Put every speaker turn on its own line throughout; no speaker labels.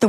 The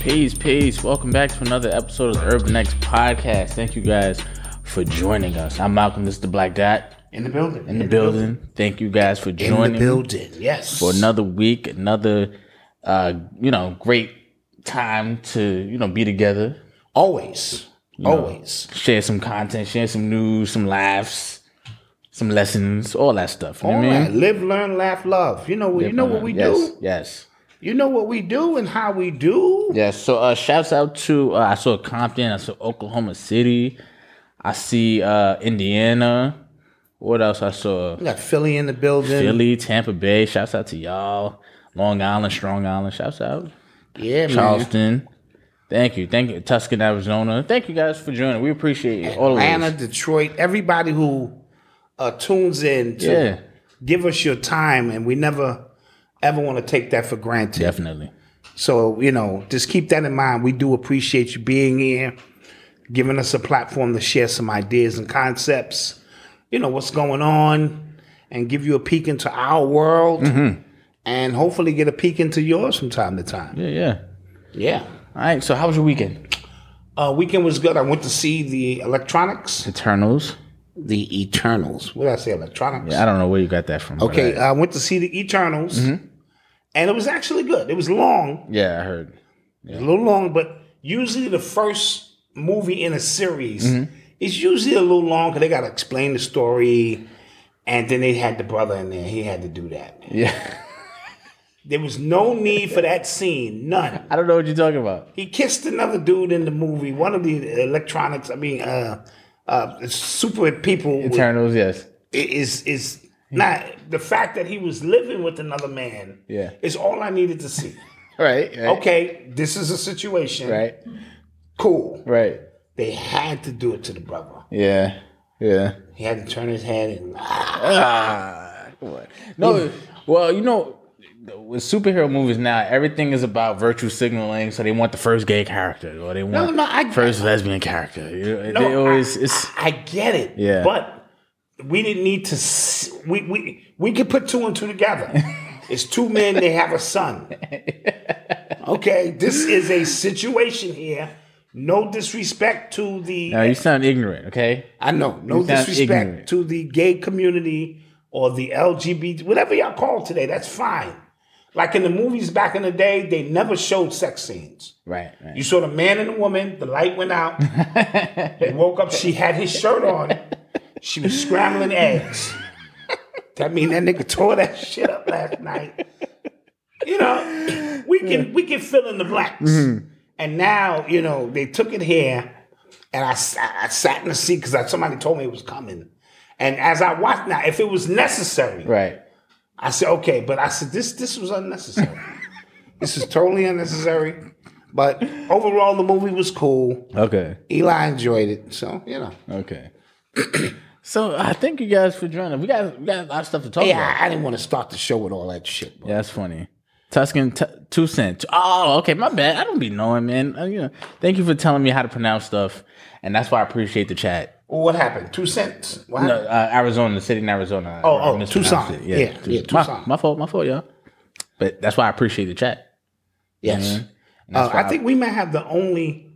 Peace, peace. Welcome back to another episode of the Urban X podcast. Thank you guys for joining us. I'm Malcolm. This is the Black Dot
In the building.
in the building. Thank you guys for
In
joining
the building. Yes.
for another week, another uh, you know, great time to, you know, be together,
Always. Always.
share some content, share some news, some laughs, some lessons, all that stuff. You know
All
what I
right.
mean? Uh,
Live, learn, laugh, love. You know what you know what we
yes,
do.
Yes.
You know what we do and how we do.
Yes. So uh, shouts out to uh, I saw Compton, I saw Oklahoma City, I see uh, Indiana. What else I saw?
We got Philly in the building.
Philly, Tampa Bay. Shouts out to y'all. Long Island, Strong Island. Shouts out.
Yeah, man.
Charleston. Thank you. Thank you. Tuscan, Arizona. Thank you guys for joining. We appreciate you. All
Atlanta,
of
Detroit, everybody who uh, tunes in to
Yeah.
give us your time, and we never ever want to take that for granted.
Definitely.
So, you know, just keep that in mind. We do appreciate you being here, giving us a platform to share some ideas and concepts, you know, what's going on, and give you a peek into our world
Mm-hmm.
and hopefully get a peek into yours from time to time.
Yeah, yeah.
Yeah.
All right. So how was your weekend?
Uh, weekend was good. I went to see the electronics,
Eternals.
the Eternals. What did I say, electronics?
I don't know where you got that Mm-hmm. from. but
Okay,
I-
I went to see the Eternals, and it was actually good. It was long,
yeah, I heard.
it was a little long, but usually the first movie in a series
Mm-hmm.
is usually a little long because they got to explain the story, and then they had the brother in there. He had to do that.
Yeah.
There was no need for that scene, none.
I don't know what you're talking about.
He kissed another dude in the movie. One of the electronics, I mean, uh, uh, super people with-
Eternals, yes.
is is not the fact that he was living with another man.
Yeah.
is all I needed to see.
Right. right
okay, this is a situation.
Right.
Cool.
Right.
They had to do it to the brother.
Yeah. Yeah.
He had to turn his head and
Ah, come on. No, well, you know, with superhero movies now, everything is about virtue signaling. So they want the first gay character, or they want
no, I-
first lesbian character. You know,
No,
they always
I,
it's
I get it.
Yeah.
But we didn't need to s- we we we could put two and two together. it's two men they have a son. Okay, this is a situation here. No disrespect to the
now you sound ignorant. Okay,
I know. No
You sound
disrespect
ignorant.
to the gay community or the LGBT, whatever y'all call it today, that's fine. Like in the movies back in the day, they never showed sex scenes.
right,
You
right.
saw the man and the woman, the light went out. they woke up, she had his shirt on. She was scrambling eggs. That mean that nigga tore that shit up last night. You know, we can we can fill in the blanks. And now you know they took it here, and I sat, I sat in the seat because somebody told me it was coming. And as I watched now, if it was necessary,
Right.
I said, okay, but I said this this was unnecessary. this is totally unnecessary. But overall the movie was cool.
Okay.
Eli enjoyed it. So, you know.
Okay. so I thank you guys for joining. We got we got a lot of stuff to talk
Yeah,
about.
I, I didn't want to start the show with all that shit, bro.
Yeah, that's funny. Tuscan t- two cents. Oh, okay, my bad. I don't be knowing, man. Uh, you know, thank you for telling me how to pronounce stuff, and that's why I appreciate the chat.
What happened? Two cents? What
No,
happened?
uh, Arizona, the city in Arizona.
Oh,
I
oh,
mispronounced
Tucson.
it.
Yeah, yeah, Tucson.
My, my fault, my fault, y'all. But that's why I appreciate the chat.
yes.
And that's
Uh,
why
I think we might have the only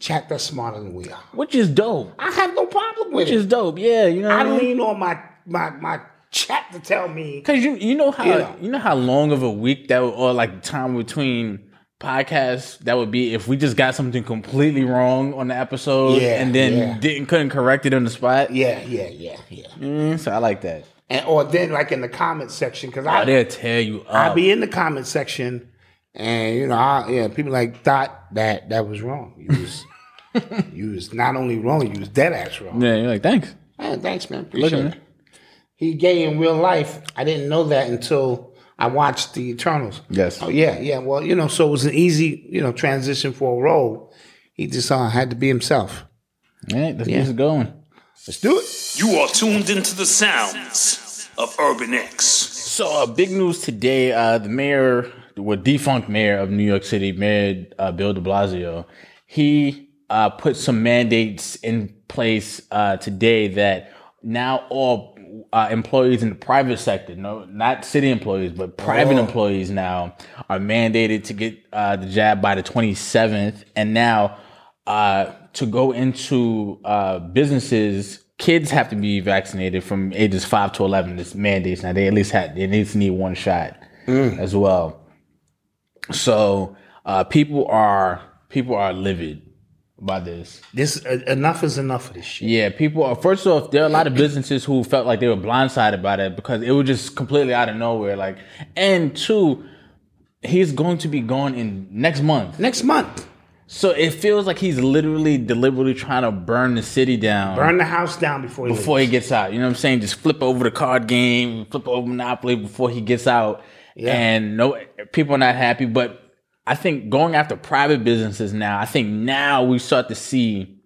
chat that's smarter than we are.
which is dope.
I have no problem with
Which is
it.
dope. Yeah, you know. what I
I
mean?
lean on my my my chat to tell me.
Cause you you know how
Yeah.
you know how long of a week that would, or like time between podcasts that would be if we just got something completely wrong on the episode
Yeah,
and then
yeah.
didn't couldn't correct it on the spot.
Yeah, yeah, yeah, yeah.
Mm, so I like that.
And or then like in the comment section because
Oh,
I
they'll tear you
I
up.
be in the comment section, and you know, I, yeah, people like thought that that was wrong. You was you was not only wrong, you was dead ass wrong.
yeah, you're like thanks.
Hey, thanks, man.
Look
Appreciate
at
it.
me.
He gay in real life. I didn't know that until I watched the Eternals.
Yes.
Oh yeah, yeah. Well, you know, so it was an easy, you know, transition for a role. He just uh, had to be himself.
All right, let's get this going.
Let's do it.
You are tuned into the sounds of Urban X.
So, uh, big news today. Uh, the mayor, well, defunct mayor of New York City, Mayor uh, Bill de Blasio, he uh, put some mandates in place uh, today that now all uh, employees in the private sector, no, not city employees, but private employees now are mandated to get uh, the jab by the 27th. And now, uh, to go into uh, businesses, kids have to be vaccinated from ages five to eleven. This mandates now they at least had they at least need one shot as well. So uh, people are people are livid by this.
This uh, enough is enough of this shit.
Yeah, people are. First off, there are a lot of businesses who felt like they were blindsided by that because it was just completely out of nowhere. Like, and two, he's going to be gone in next month.
Next month,
So it feels like he's literally deliberately trying to burn the city down
burn the house down before he
before he
leaves.
gets out. You know what I'm saying? Just flip over the card game, flip over Monopoly before he gets out. And no people are not happy. But I think going after private businesses now, I think now we start to see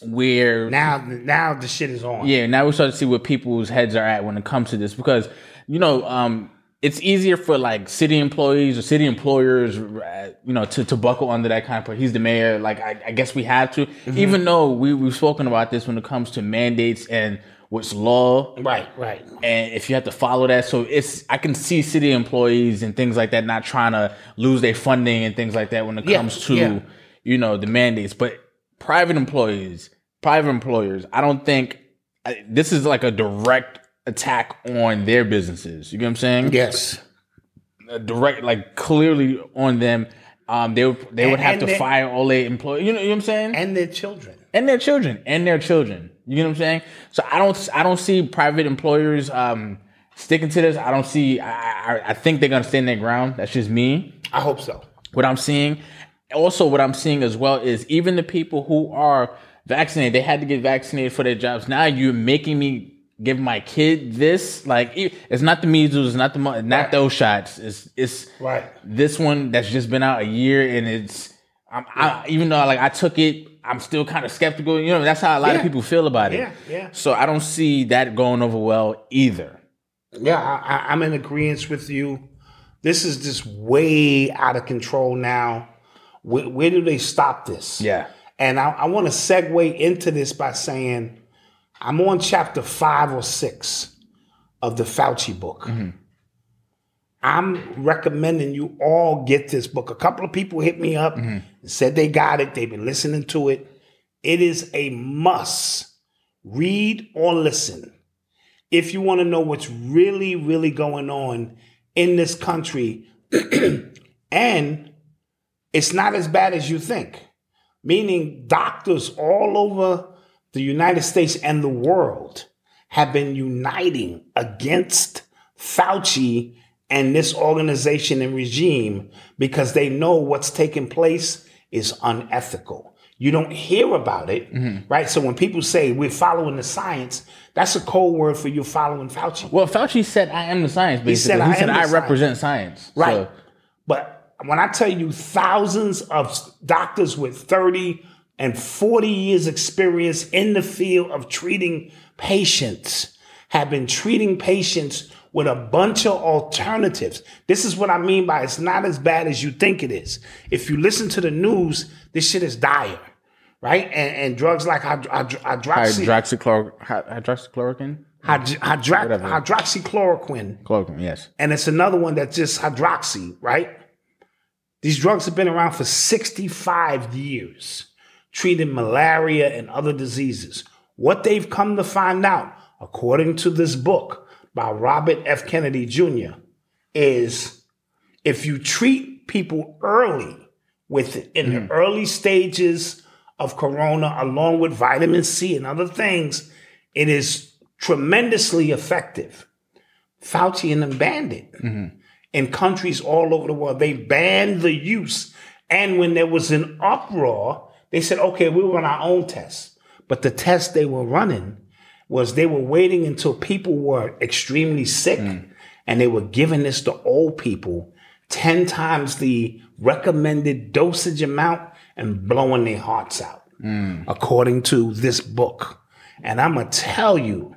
where
now. Now the shit is on.
yeah, now we start to see where people's heads are at when it comes to this because you know um, it's easier for like city employees or city employers, uh, you know, to, to buckle under that kind of. He's the mayor, like I, I guess we have to, even though we we've spoken about this when it comes to mandates and what's law
Right. Right.
and if you have to follow that so it's i can see city employees and things like that not trying to lose their funding and things like that when it
Yeah,
comes to
yeah.
you know the mandates but private employees private employers i don't think I, this is like a direct attack on their businesses you get what i'm saying
Yes.
A direct like clearly on them um they would they would
And-
have
and
to
they-
fire all their employees you know, you know what i'm saying
And their children.
and their children and their children. You know what I'm saying? So I don't I don't see private employers um, sticking to this. I don't see. I, I, I think they're gonna stand their ground. That's just me.
I hope so.
What I'm seeing. Also, what I'm seeing as well is even the people who are vaccinated, they had to get vaccinated for their jobs. Now you're making me give my kid this. Like e- it's not the measles, it's not the mu- not those shots. It's it's
Right.
this one that's just been out a year and it's I'm, I, even though like I took it, I'm still kind of skeptical. You know, that's how a lot
Yeah.
of people feel about it.
Yeah, yeah.
So I don't see that going over well either.
Yeah, I, I, I'm in agreement with you. This is just way out of control now. Where, where do they stop this?
Yeah.
And I, I want to segue into this by saying I'm on chapter five or six of the Fauci book. I'm recommending you all get this book. A couple of people hit me up and said they got it, they've been listening to it. It is a must read or listen if you want to know what's really, really going on in this country. and it's not as bad as you think meaning doctors all over the United States and the world have been uniting against Fauci and this organization and regime because they know what's taking place is unethical. You don't hear about it, right? So when people say we're following the science, that's a code word for you following Fauci.
Well, Fauci said, "I am the science." Basically, he said, "I,
"I am the science."
represent science."
Right.
So,
But when I tell you thousands of s- doctors with 30 and 40 years experience in the field of treating patients have been treating patients with a bunch of alternatives. This is what I mean by it's not as bad as you think it is. If you listen to the news, this shit is dire, right? And, and drugs like hydro, hydro, hydroxy,
hydroxychlor- hy- hydroxychloroquine,
hydro, hydro, hydroxychloroquine
chloroquine. Yes.
and it's another one that's just hydroxy, right? These drugs have been around for 65 years, treating malaria and other diseases. What they've come to find out, according to this book by Robert F. Kennedy Jr., is if you treat people early with it in the early stages of corona, along with vitamin C and other things, it is tremendously effective. Fauci and them banned it. In countries all over the world, they banned the use. And when there was an uproar, they said, okay, we run our own tests. But the test they were running was they were waiting until people were extremely sick and they were giving this to old people 10 times the recommended dosage amount and blowing their hearts out, according to this book. And I'm going to tell you,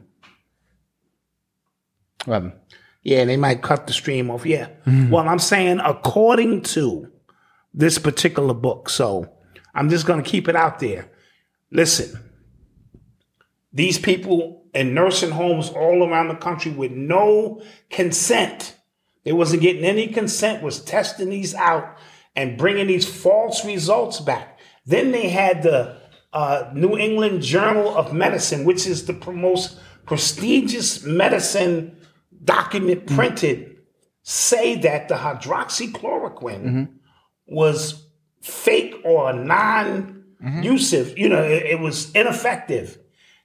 What happened?
yeah, they might cut the stream off. Yeah. Well, I'm saying according to this particular book. So I'm just going to keep it out there. Listen, these people in nursing homes all around the country with no consent, they wasn't getting any consent, was testing these out and bringing these false results back. Then they had the uh, New England Journal of Medicine, which is the pr- most prestigious medicine document printed say that the hydroxychloroquine was fake or non usive, you know, it, it was ineffective.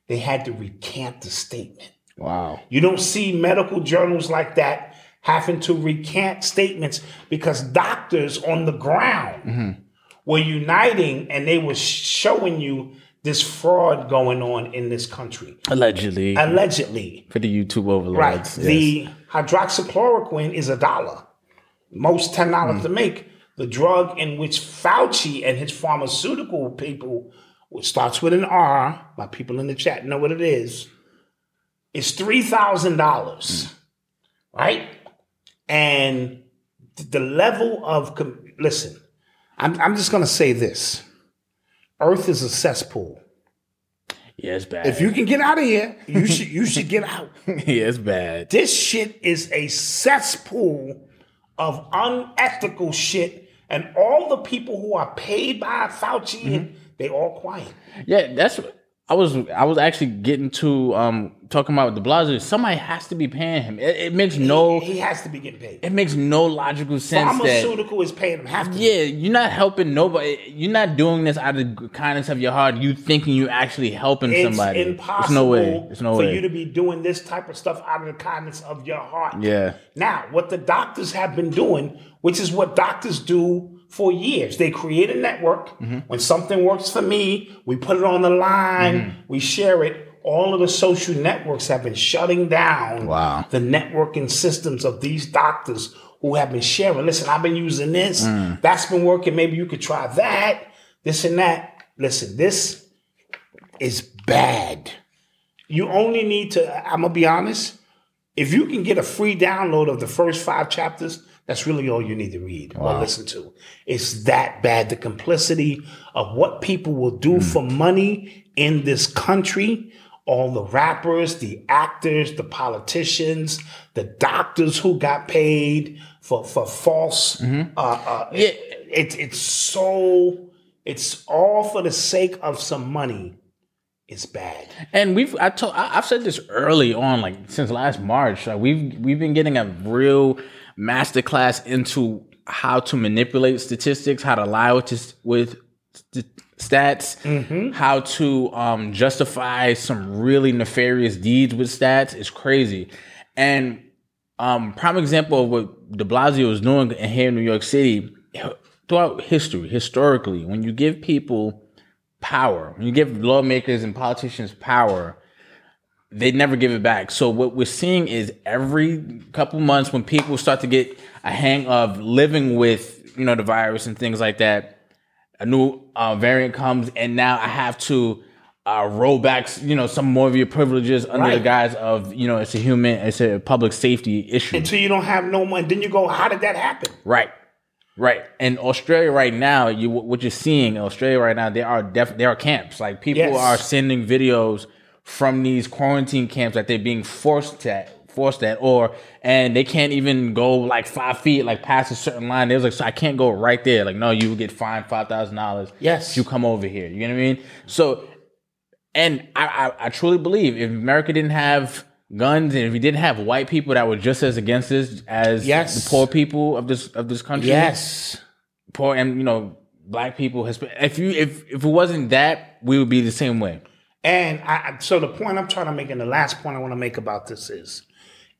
They had to recant the statement.
Wow.
You don't see medical journals like that having to recant statements because doctors on the ground were uniting and they were showing you this fraud going on in this country,
Allegedly,
allegedly.
for the YouTube
Right.
overlords. yes.
The hydroxychloroquine is a dollar, most ten dollars to make. The drug in which Fauci and his pharmaceutical people, which starts with an R, my people in the chat know what it is, is three thousand dollars, right? And th- the level of com- listen, I'm, I'm just gonna say this: Earth is a cesspool.
yeah, it's bad.
If you can get out of here, you should you should get out.
yeah, it's bad.
This shit is a cesspool of unethical shit, and all the people who are paid by Fauci,
Mm-hmm.
they all quiet.
Yeah, that's. I was I was actually getting to um talking about De Blasio. Somebody has to be paying him. It, it makes no
he has to be getting paid.
it makes no logical sense that
Pharmaceutical is paying him half.
yeah you're not helping nobody. You're not doing this out of the kindness of your heart. You thinking you're actually helping
It's
somebody.
impossible
It's no way. It's no
for
way.
you to be doing this type of stuff out of the kindness of your heart.
yeah.
Now, what the doctors have been doing, which is what doctors do for years, they create a network. When something works for me, we put it on the line, we share it. All of the social networks have been shutting down
Wow.
the networking systems of these doctors who have been sharing. Listen, I've been using this, that's been working. Maybe you could try that, this and that. Listen, this is bad. You only need to, I'm gonna be honest, if you can get a free download of the first five chapters, that's really all you need to read or listen to. It's that bad. The complicity of what people will do for money in this country, all the rappers, the actors, the politicians, the doctors who got paid for, for false, uh, uh, it, it, it's so, it's all for the sake of some money. It's bad.
And we've I told I, I've said this early on, like since last March. Like we've we've been getting a real masterclass into how to manipulate statistics, how to lie with this, with st- stats, how to um, justify some really nefarious deeds with stats is crazy. And um, prime example of what De Blasio is doing here in New York City throughout history, historically, when you give people power, when you give lawmakers and politicians power, they never give it back. So what we're seeing is every couple months when people start to get a hang of living with you know the virus and things like that, a new uh, variant comes, and now I have to uh, roll back you know some more of your privileges under the
Right.
guise of you know it's a human, it's a public safety issue.
until you don't have no money. Then you go, how did that happen?
Right. Right. And Australia right now, you what you're seeing in Australia right now, there are def, there are camps. Like people
Yes.
are sending videos from these quarantine camps that they're being forced to forced at or and they can't even go like five feet like past a certain line. They was like, so I can't go right there. Like, no, you will get fined five thousand dollars.
Yes.
If you come over here. You know what I mean? So and I, I, I truly believe if America didn't have guns and if we didn't have white people that were just as against this as
Yes.
the poor people of this of this country,
Yes.
poor and you know black people, Hisp- if you if if it wasn't that, we would be the same way.
And I, I- so the point I'm trying to make, and the last point I want to make about this is,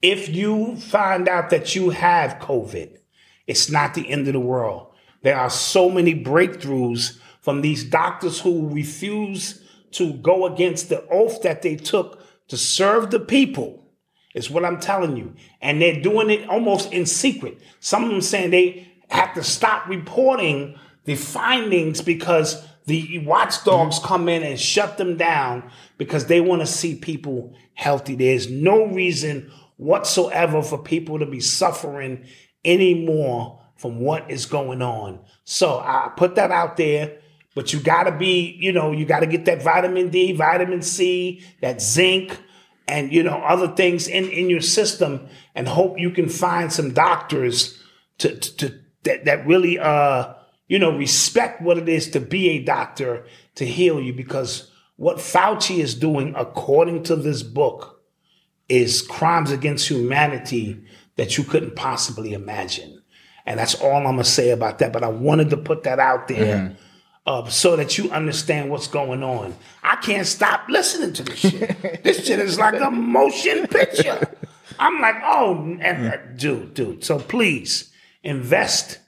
if you find out that you have COVID, it's not the end of the world. There are so many breakthroughs from these doctors who refuse to go against the oath that they took to serve the people. Is what I'm telling you. And they're doing it almost in secret. Some of them saying they have to stop reporting the findings because the watchdogs come in and shut them down because they want to see people healthy. There's no reason whatsoever for people to be suffering anymore from what is going on. So I put that out there. But you gotta be, you know, you gotta get that vitamin D, vitamin C, that zinc, and you know other things in in your system, and hope you can find some doctors to to, to that that really uh you know respect what it is to be a doctor to heal you because what Fauci is doing according to this book is crimes against humanity that you couldn't possibly imagine. And that's all I'm gonna say about that. But I wanted to put that out there uh, so that you understand what's going on. I can't stop listening to this shit. this shit is like a motion picture. I'm like, oh, and, and- dude, dude. So please invest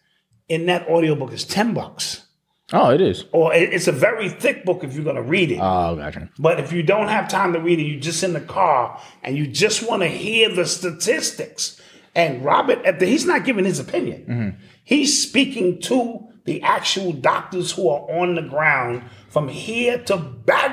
in that audiobook. It's 10 bucks.
Oh, it is.
Or it- it's a very thick book if you're gonna read it.
Oh, gotcha.
But if you don't have time to read it, you're just in the car and you just want to hear the statistics. And Robert, Epstein, he's not giving his opinion. He's speaking to the actual doctors who are on the ground from here to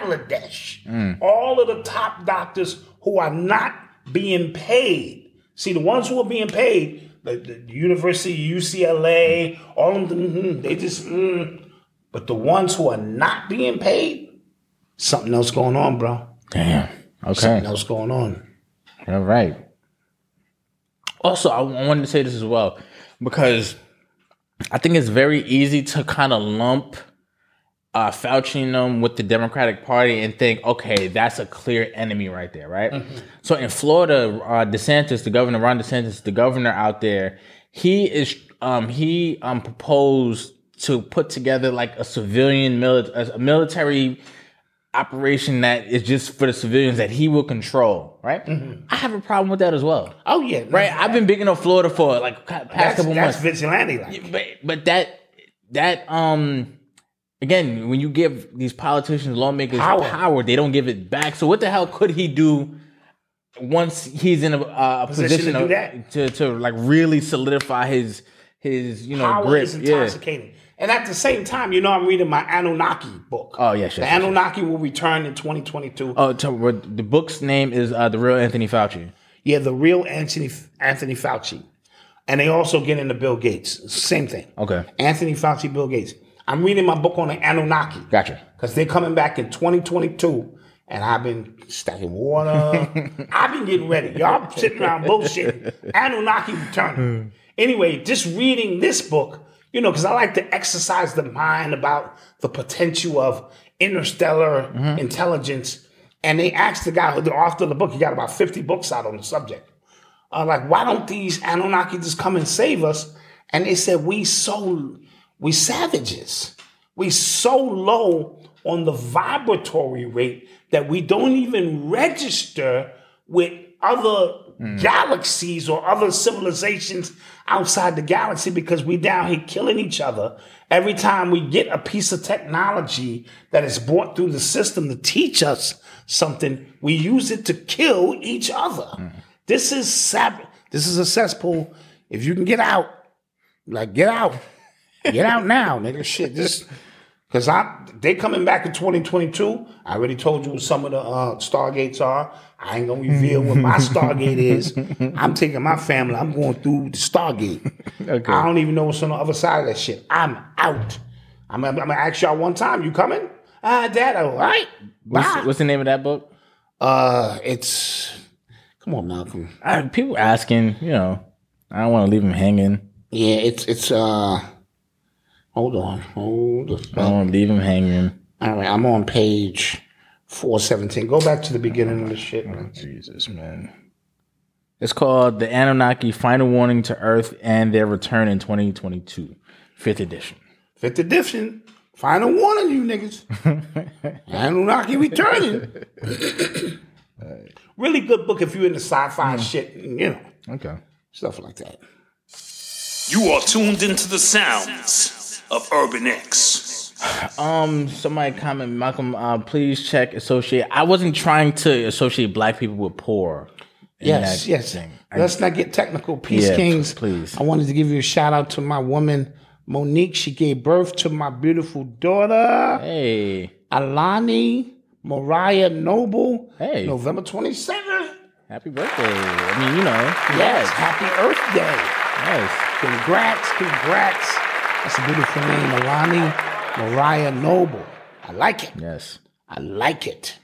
Bangladesh. All of the top doctors who are not being paid. See, the ones who are being paid, the, the University, UCLA, all of them, mm, they just, mm. but the ones who are not being paid, something else going on, bro.
Damn. Okay.
Something else going on.
All right. Also, I I wanted to say this as well because I think it's very easy to kind of lump uh, Fauci and them with the Democratic Party and think, okay, that's a clear enemy right there, right? So in Florida, uh, DeSantis, the governor, Ron DeSantis, the governor out there, he is um, he um, proposed to put together like a civilian mili- a- a military operation that is just for the civilians that he will control, right?
Mm-hmm.
I have a problem with that as well.
Oh yeah,
Right, I've been big enough Florida for like ca- past
That's,
couple
that's
months,
vigilante. Like.
but but that that um again, when you give these politicians, lawmakers power.
Power.
they don't give it back. So what the hell could he do once he's in a, uh, a position,
Position to
of-
do that.
to to like really solidify his his you know
Power
grip?
is intoxicating. And at the same time, you know, I'm reading my Anunnaki book.
Oh, yes, yes,
the
yes, yes.
Anunnaki will return in 2022.
Oh, to, the book's name is uh, the real Anthony Fauci.
Yeah, the real Anthony Anthony Fauci, and they also get into Bill Gates. Same thing.
Okay.
Anthony Fauci, Bill Gates. I'm reading my book on the Anunnaki.
Gotcha.
Because they're coming back in 2022, and I've been stacking water. I've been getting ready. Y'all sitting around bullshitting. Anunnaki returning. Anyway, just reading this book, you know, because I like to exercise the mind about the potential of interstellar intelligence. And they asked the guy, who the author of the book, he got about 50 books out on the subject uh, like why don't these Anunnaki just come and save us? And they said we so we savages. We so low on the vibratory rate that we don't even register with other galaxies or other civilizations outside the galaxy because we down here killing each other. Every time we get a piece of technology that is brought through the system to teach us something, we use it to kill each other. This is sab- this is a cesspool. If you can get out, like get out. Get out now, nigga. Shit, just because I they coming back in 2022. I already told you what some of the uh, stargates are. I ain't gonna reveal what my stargate is. I'm taking my family. I'm going through the stargate.
Okay.
I don't even know what's on the other side of that shit. I'm out. I'm, I'm gonna ask y'all one time. You coming? Ah, Dad. All right. Bye.
What's, what's the name of that book?
uh, it's come on, Malcolm.
I, people asking, you know, I don't want to leave them hanging.
Yeah, it's it's uh. Hold on. Hold on.
I don't want to leave them hanging.
All right, I'm on page 417. Go back to the beginning of the shit. man.
Jesus, man. It's called The Anunnaki Final Warning to Earth and Their Return in 2022, fifth edition.
Fifth edition. Final warning, you niggas. Anunnaki returning. really good book if you're into
Hmm.
sci-fi shit, you know,
Okay.
stuff like that.
You are tuned into the sounds of Urban X.
Um, somebody comment, Malcolm, uh, please check associate. I wasn't trying to associate black people with poor. in
Yes,
that
yes.
thing. I-
Let's not get technical. Peace
Yeah,
Kings.
p- please.
I wanted to give you a shout out to my woman, Monique. She gave birth to my beautiful daughter.
hey,
Alani Mariah Noble.
Hey.
November 27th.
happy birthday. I mean, you know.
Yes.
Yes.
Happy Earth Day.
Yes.
Congrats, congrats. That's a beautiful name, Alani Mariah Noble. I like it.
Yes.
I like it.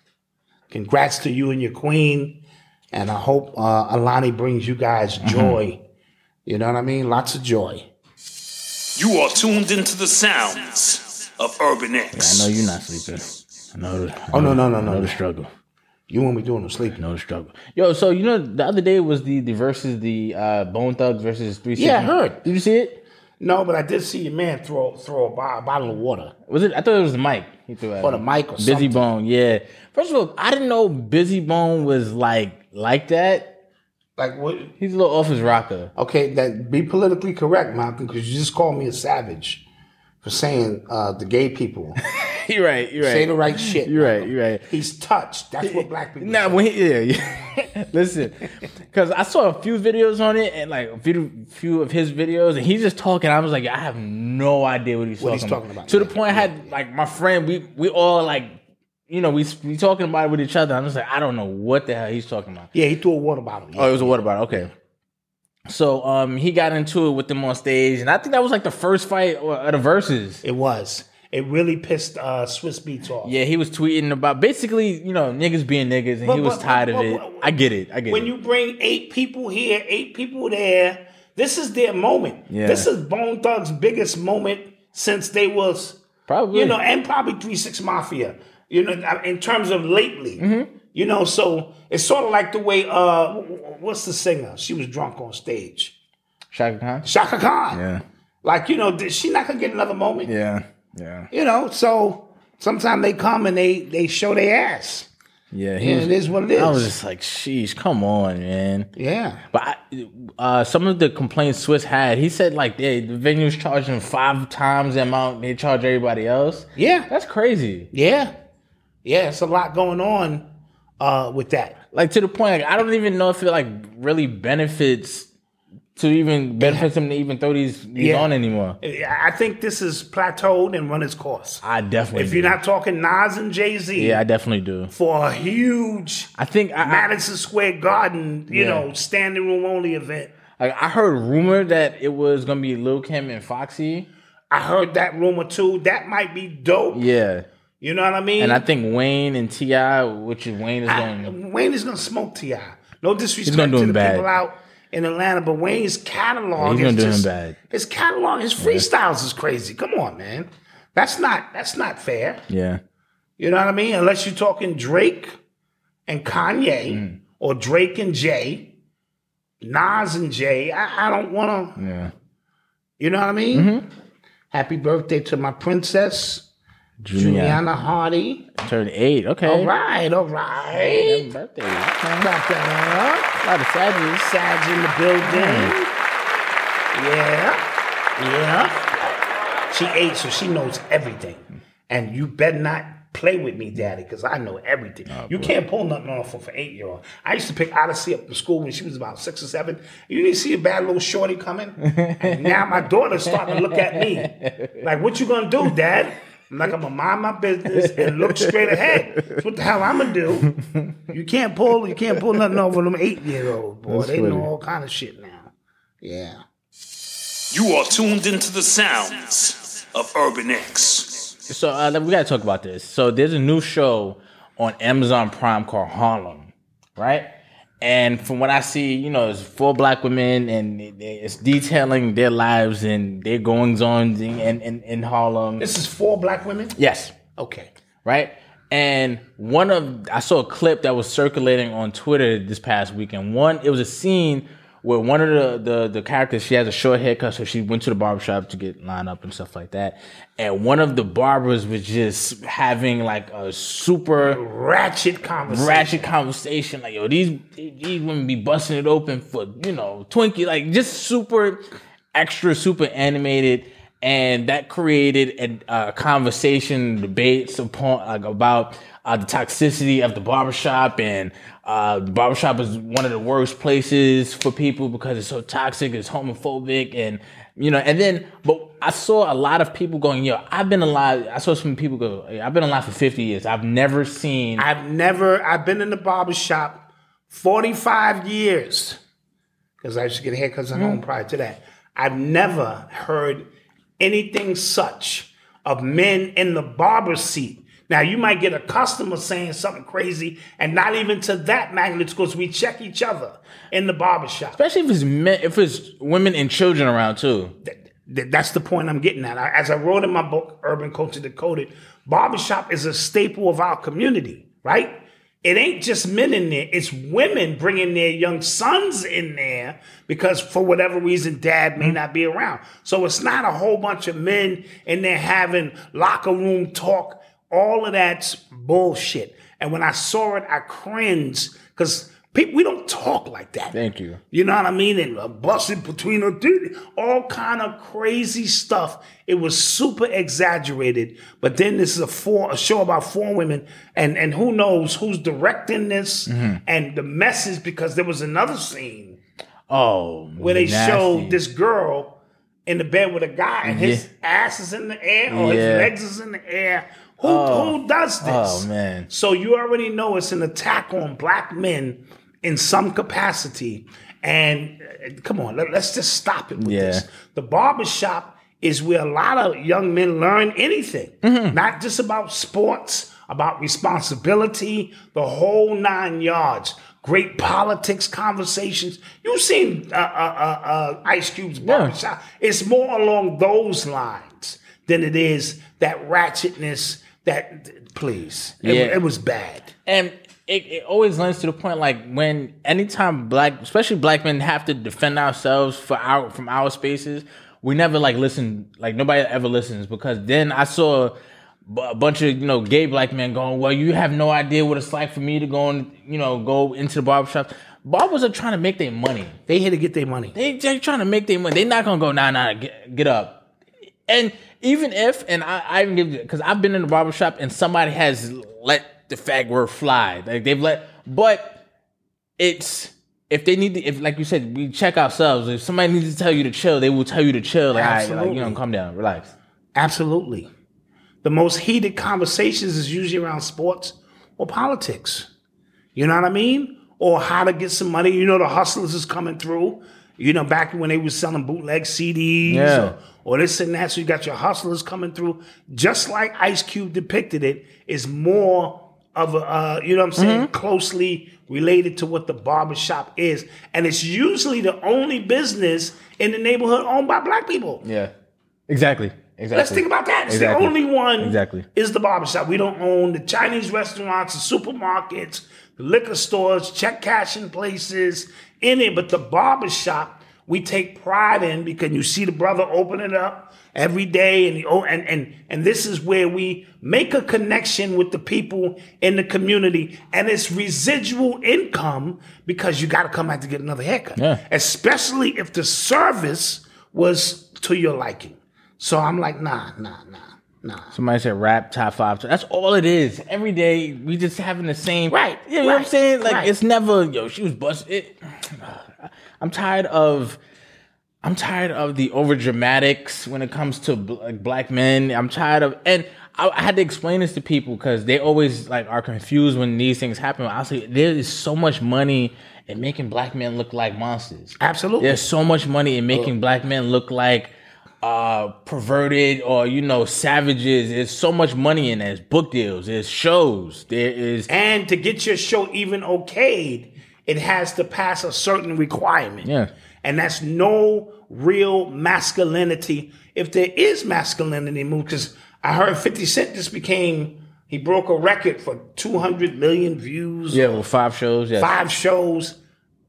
Congrats to you and your queen. And I hope uh, Alani brings you guys joy. You know what I mean? Lots of joy.
You are tuned into the sounds of Urban
I
X.
know you're not sleeping. I know. the- I
Oh, no,
know-
no, no,
I
no,
know
no.
the struggle.
You won't be doing no sleeping.
No struggle. Yo, so you know the other day was the the versus the uh Bone Thugs versus Three.
Yeah, I heard.
Did you see it?
No, but I did see your man throw throw a, bo- a bottle of water
Was it? I thought it was Mike. He threw at
or the
him.
mic or
Busy
something.
Bone. Yeah. First of all, I didn't know Busy Bone was like like that.
Like what?
He's a little off his rocker.
Okay, that be politically correct, Malcolm, because you just called me a savage for saying uh, the gay people
you're right. You're right.
say the right shit.
You're right.
Malcolm.
You're right.
He's touched. That's what black people.
Nah,
say.
when he, yeah, yeah. listen, because I saw a few videos on it and like a few, few of his videos, and he's just talking. I was like, I have no idea what he's,
What
talking,
he's talking about,
To the
yeah,
point, I had like my friend, we we all like, you know, we we talking about it with each other. I'm just like, I don't know what the hell he's talking about.
yeah, he threw a water bottle. Yeah.
Oh, it was a water bottle. Okay. So um, he got into it with them on stage, and I think that was like the first fight or- of the verses.
It was. It really pissed uh, Swiss Beats off.
Yeah, he was tweeting about basically, you know, niggas being niggas, and
But-
he was
but-
tired
but-
of it.
but-
I get it. I get
When
it.
you bring eight people here, eight people there, this is their moment.
Yeah.
This is Bone Thugs' biggest moment since they was
Probably.
you know, and probably Three Six Mafia. You know, I- in terms of lately,
Mm-hmm.
you know, so it's sort of like the way uh, wh- wh- what's the singer? She was drunk on stage.
Shaka Khan.
Shaka Khan.
Yeah.
Like you know, th- she not gonna get another moment.
Yeah, yeah,
You know, so sometimes they come and they they show their ass.
yeah. He
Yeah,
was,
it is what it is.
I was just like, "Sheesh, come on, man."
yeah.
But I, uh, some of the complaints Swiss had, he said like, "Yeah, the venue's charging five times the amount they charge everybody else."
Yeah.
That's crazy.
Yeah. Yeah, it's a lot going on uh with that.
Like to the point, like I don't even know if it like really benefits to even benefits them to even throw these, these
Yeah.
on anymore.
I I think this is plateaued and run its course.
I definitely.
If you're
do.
not talking Nas and Jay Z
yeah, I definitely do.
for a huge
I think I, I
Madison Square Garden, you
Yeah.
know, standing room only event.
like, I heard rumor that it was gonna be Lil Kim and Foxy.
I heard that rumor too. That might be dope.
Yeah,
You know what I mean?
and I think Wayne and Ti, which is Wayne is going.
I- Wayne is gonna smoke Ti. No disrespect
gonna do
to
him
the
bad.
people out in Atlanta, but Wayne's catalog
He's gonna
is
do him
just-
bad.
His catalog, his freestyles is crazy. Come on, man. That's not that's not fair.
Yeah.
You know what I mean? Unless you're talking Drake and Kanye
Mm.
or Drake and Jay, Nas and Jay. I, I don't wanna
Yeah. Mm-hmm.
you know what I mean? Happy birthday to my princess,
Juliana
Juliana Hardy.
turned eight. Okay.
All right, all right.
Happy birthday. Okay.
Clap that
A lot of sadness.
up. Sides in the building. Yeah, yeah. She ate, so she knows everything. And you better not play with me, Daddy, because I know everything. you can't pull nothing off of an eight year old. I used to pick Odyssey up from school when she was about six or seven. You didn't see a bad little shorty coming. And now my daughter's starting to look at me like, "What you gonna do, Dad?" I'm like, "I'm gonna mind my business and look straight ahead." That's what the hell I'm gonna do? You can't pull. You can't pull nothing off of them eight year old boy. they know all kind of shit now. Yeah.
You are tuned into the sounds of Urban X.
So uh, we gotta talk about this. So there's a new show on Amazon Prime called Harlem, right? And from what I see, you know, it's four black women, and it- it's detailing their lives and their goings on in in, in Harlem.
This is four black women.
Yes,
Okay.
right? And one of I saw a clip that was circulating on Twitter this past weekend. One, it was a scene where one of the the, the characters she has a short haircut, so she went to the barbershop to get lined up and stuff like that. And one of the barbers was just having like a super
Ratchet conversation.
ratchet conversation, like yo, these these women be busting it open for you know Twinkie, like just super extra, super animated. And that created a uh, conversation, debates upon like about uh, the toxicity of the barbershop, and uh, the barbershop is one of the worst places for people because it's so toxic, it's homophobic, and you know. And then, but I saw a lot of people going, "Yo, I've been alive." I saw some people go, "I've been alive for fifty years. I've never seen."
I've never. I've been in the barber shop forty five years because I used to get haircuts at home prior to that. I've never heard anything such of men in the barber seat. Now you might get a customer saying something crazy, and not even to that magnitude, because we check each other in the barber shop.
Especially if it's men, if it's women and children around too.
Th- that's the point I'm getting at. I- As I wrote in my book, Urban Culture Decoded, barbershop is a staple of our community, right? It ain't just men in there, it's women bringing their young sons in there because for whatever reason, dad may not be around. So it's not a whole bunch of men in there having locker room talk. All of that's bullshit. And when I saw it, I cringed because people, we don't talk like that.
Thank you.
You know what I mean? And uh, busting between her teeth, all kind of crazy stuff. It was super exaggerated. But then this is a four a show about four women, and and who knows who's directing this
Mm-hmm.
and the message because there was another scene
Oh,
where they
nasty.
showed this girl in the bed with a guy and his ass is in the air
Yeah.
or his legs is in the air. Who who does
Oh
this?
man,
So you already know it's an attack on black men in some capacity. And uh, come on, let, us just stop it with
Yeah.
this. The barbershop is where a lot of young men learn anything, not just about sports, about responsibility, the whole nine yards. Great politics conversations. You've seen uh, uh, uh, uh, Ice Cube's barbershop. It's more along those lines than it is that ratchetness. That please, It-
Yeah.
it was bad.
and it, it always lends to the point like when anytime black, especially black men, have to defend ourselves for our from our spaces, we never like listen. Like nobody ever listens because then I saw b- a bunch of you know gay black men going, well, you have no idea what it's like for me to go and you know go into the barbershop. Barbers are trying to make their money.
They here to get their money.
They they trying to make their money. They're not gonna go nah nah get, get up. And even if and I, I even give because I've been in the barbershop and somebody has let the fag word fly. Like they've let, but it's if they need to if like you said we check ourselves. If somebody needs to tell you to chill, they will tell you to chill. Like, all right, like you know,
Absolutely.
calm down, relax.
Absolutely. The most heated conversations is usually around sports or politics. You know what I mean? Or how to get some money. You know, the hustlers is coming through. You know, back when they was selling bootleg CDs
Yeah.
or, or this and that. So you got your hustlers coming through. Just like Ice Cube depicted it, is more of a, uh, you know what I'm saying, closely related to what the barbershop is. And it's usually the only business in the neighborhood owned by black people.
Yeah, exactly. Exactly.
Let's think about that. It's
Exactly.
the only one
Exactly.
is the barbershop. We don't own the Chinese restaurants, the supermarkets, the liquor stores, check cashing places, any, but the barbershop, we take pride in because you see the brother open it up every day and he, oh, and, and and this is where we make a connection with the people in the community and it's residual income because you got to come out to get another haircut
Yeah.
especially if the service was to your liking so i'm like nah nah nah nah
Somebody said rap top five. That's all it is. Every day we just having the same.
Right,
You know what I'm
right,
saying? Like
right.
it's never yo. She was bust. It. I'm tired of. I'm tired of the over dramatics when it comes to bl- like black men. I'm tired of and I, I had to explain this to people because they always like are confused when these things happen. I say there is so much money in making black men look like monsters.
absolutely
There's so much money in making
Oh.
black men look like uh perverted or you know savages. There's so much money in that. There's book deals. There's shows. There is
And to get your show even okayed, it has to pass a certain requirement.
Yeah.
And that's no real masculinity. If there is masculinity move, because I heard 50 Cent just became, he broke a record for 200 million views,
yeah, well five shows. Yes.
five shows.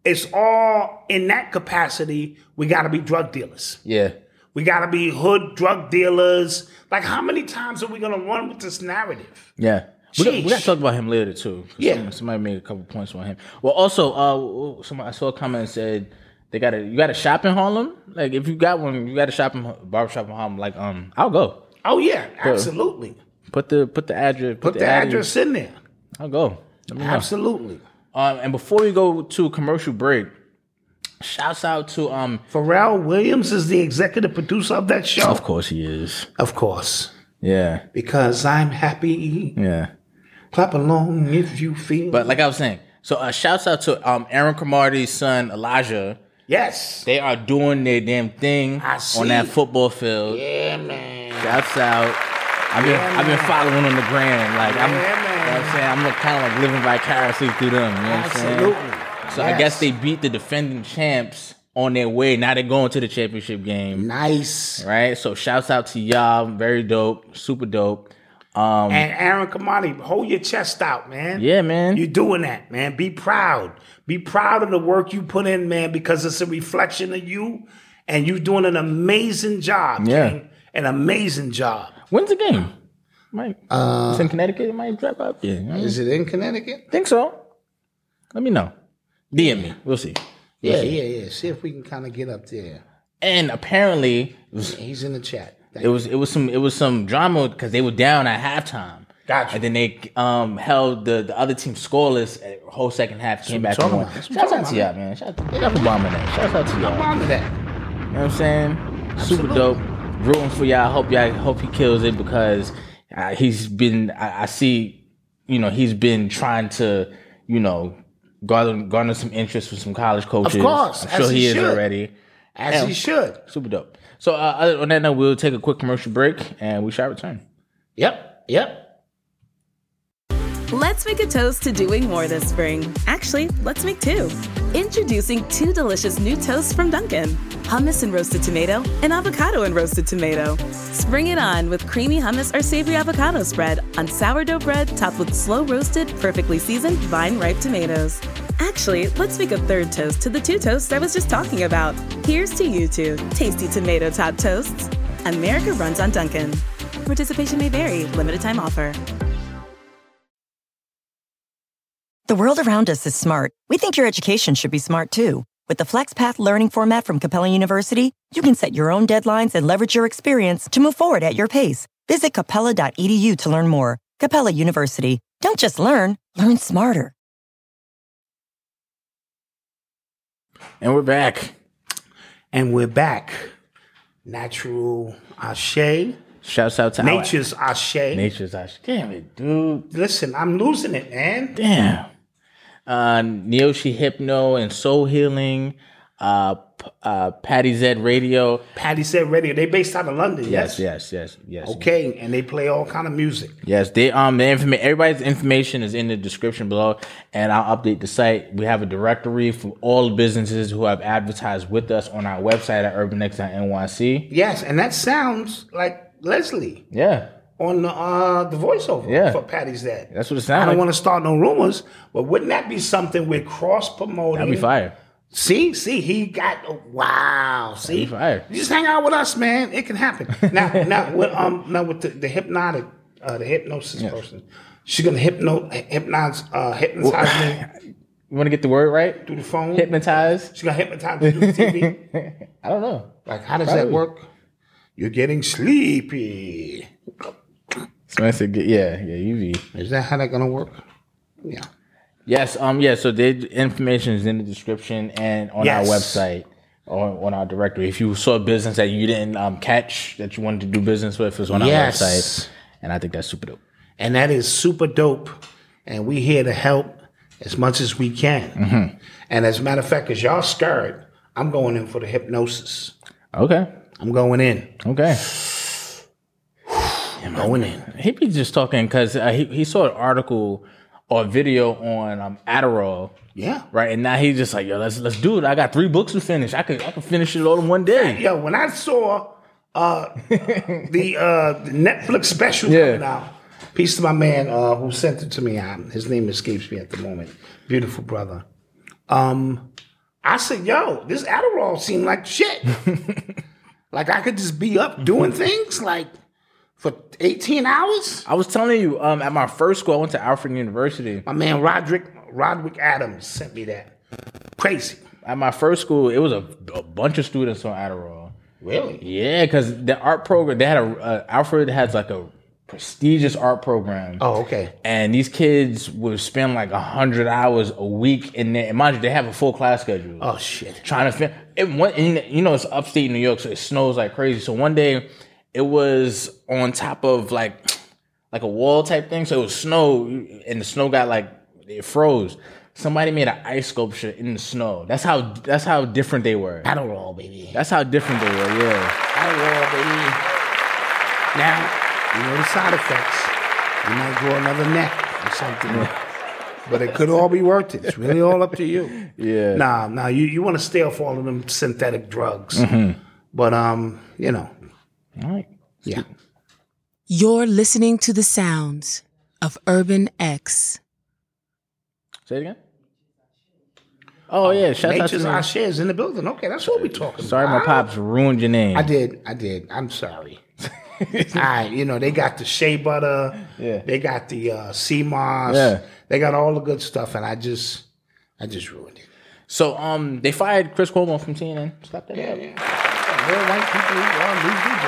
It's all in that capacity. We got to be drug dealers.
Yeah.
We got to be hood drug dealers. Like, how many times are we going to run with this narrative?
Yeah. We got, we
Sheesh.
got to talk about him later too. 'cause
Yeah.
some- somebody made a couple points on him. Well, also, uh, somebody I saw a comment and said they got to you got to shop in Harlem. Like if you got one, you got to shop in barbershop in Harlem. Like um, I'll go.
Oh, yeah, absolutely.
Put the put the address. Put,
Put the
ad in.
address in there.
I'll go. Let me know.
Absolutely.
Um, and before we go to commercial break, shouts out to um.
Pharrell Williams is the executive producer of that show.
Of course he is.
Of course.
Yeah,
Because I'm happy.
yeah.
Clap along if you feel.
But like I was saying, so uh, shouts out to um Aaron Cromartie's son Elijah.
yes.
They are doing their damn thing
I
on that
see.
football field.
Yeah, man.
Shouts out. I've been I've been following on the gram. Like I'm,
Yeah,
you know what I'm
man.
saying I'm kind of like living vicariously through them. You know what I'm saying?
Absolutely.
So I guess they beat the defending champs on their way. Now they're going to the championship game.
Nice.
right? So shouts out to y'all, very dope, super dope. Um,
And Aaron Kamani, hold your chest out, man.
yeah, man.
You're doing that, man. Be proud. Be proud of the work you put in, man, because it's a reflection of you. And you're doing an amazing job.
Yeah.
King. An amazing job.
When's the game? Mike, it's in Connecticut. It might drop out. Yeah, I
Is Uh, it in Connecticut?
think so. Let me know. DM me. We'll see.
Yeah, yeah, yeah. See if we can kind of get up there.
And apparently, it was
He's in the chat.
it was, it was some it was some drama because they were down at halftime.
Gotcha.
And then they um, held the, the other team scoreless at whole second half. Came back
I'm
and
talking
won.
about. That's what
Shouts
I'm
out to
talking
y'all, man. Shout out, shout out to Bomber that. Shouts out to y'all.
Respond to that.
You know what I'm saying? Super
Absolutely.
dope. Rooting for y'all. Hope y'all hope he kills it because uh, he's been. I, I see. You know he's been trying to. You know, garner garner some interest with some college coaches.
course,
I'm
as
sure
he
he is
should.
already.
As he should.
Super dope. So uh, other- on that note, we'll take a quick commercial break and we shall return.
Yep. Yep.
Let's make a toast to doing more this spring. Actually, let's make two. Introducing two delicious new toasts from Dunkin' hummus and roasted tomato, and avocado and roasted tomato. Spring it on with creamy hummus or savory avocado spread on sourdough bread topped with slow roasted, perfectly seasoned, vine ripe tomatoes. Actually, let's make a third toast to the two toasts I was just talking about. Here's to you two tasty tomato top toasts. America runs on Dunkin'. Participation may vary, limited time offer.
The world around us is smart. We think your education should be smart too. With the FlexPath learning format from Capella University, you can set your own deadlines and leverage your experience to move forward at your pace. Visit capella.edu to learn more. Capella University. Don't just learn, learn smarter.
And we're back.
And we're back. Natural Ashe.
Shouts out to our-
Nature's Ashe.
Nature's Ash. Damn it, dude.
Listen, I'm losing it, man.
Damn. Uh, Neoshi Hypno and Soul Healing, uh, P- uh, Patty Z Radio.
Patty said radio. They based out of London.
Yes, yes, yes, yes.
Okay. And they play all kind of music.
Yes, they um the informa- everybody's information is in the description below, and I'll update the site. We have a directory for all the businesses who have advertised with us on our website at urbanx.nyc.
Yes. And that sounds like Leslie
Yeah,
on the uh the voiceover
Yeah.
for Patty's dad.
that's what it
I
sounds
don't
like.
want to start no rumors, but wouldn't that be something we're cross promoting?
That'd be fire.
See, see, he got oh, wow. See,
fire.
just hang out with us, man. It can happen. Now, now, with, um, now with the, the hypnotic, uh, the hypnosis person, she's gonna hypno hypnotize, uh, hypnotize me
You want to get the word right?
through the phone.
Hypnotized?
she's gonna hypnotize me through the TV.
I don't know.
Like, how does that
Probably.
work? You're getting sleepy.
Somebody said, get- yeah, yeah, UV.
Is that how that gonna work? Yeah.
Yes, um, yeah. So the information is in the description and on
Yes.
our website or on our directory. If you saw a business that you didn't um, catch that you wanted to do business with, it's on
Yes.
our website, and I think that's super dope.
and that is super dope. And we here to help as much as we can. And as a matter of fact, as y'all scared, I'm going in for the hypnosis.
Okay,
I'm going in.
okay.
I'm going in.
He be just talking because uh, he he saw an article or video on um, Adderall,
Yeah.
right? And now he's just like, yo, let's let's do it. I got three books to finish. I could I could finish it all in one day.
Yo, when I saw uh, the, uh, the Netflix special
Yeah.
coming out, peace to my man uh, who sent it to me. Um, his name escapes me at the moment. Beautiful brother. Um, I said, yo, this Adderall seemed like shit. like I could just be up doing things like for 18 hours.
I was telling you, um, at my first school, I went to Alfred University.
My man Roderick Roderick Adams sent me that. Crazy.
At my first school, it was a, a bunch of students on Adderall.
Really?
Yeah, because the art program they had a uh, Alfred has like a prestigious art program,
Oh, okay.
and these kids would spend like hundred hours a week in there. And mind you, they have a full class schedule.
Oh shit.
trying to fin- it went and you know it's upstate New York, so it snows like crazy. So one day it was on top of like like a wall type thing, so it was snow, and the snow got like it froze. Somebody made an ice sculpture in the snow. That's how that's how different they were.
Adderall, baby.
That's how different they were. Yeah.
Adderall, baby. Now, you know the side effects. You might grow another neck or something. but it could all be worth it. It's really all up to you.
Yeah.
Nah, nah, you, you want to stay off all of them synthetic drugs.
Mm-hmm.
But, um, you know,
All right.
yeah.
You're listening to the sounds of Urban X.
Say it again. Oh yeah, shout out
Nature's
to
our
me.
shares in the building. Okay, that's what we're talking
Sorry,
about.
my pops ruined your name.
I did. I did. I'm sorry. I, you know, they got the shea butter.
Yeah.
They got the uh, sea moss.
Yeah.
They got all the good stuff, and I just, I just ruined it.
So um, they fired Chris Cuomo from CNN. Stop that.
Yeah, yeah. Real white people are losing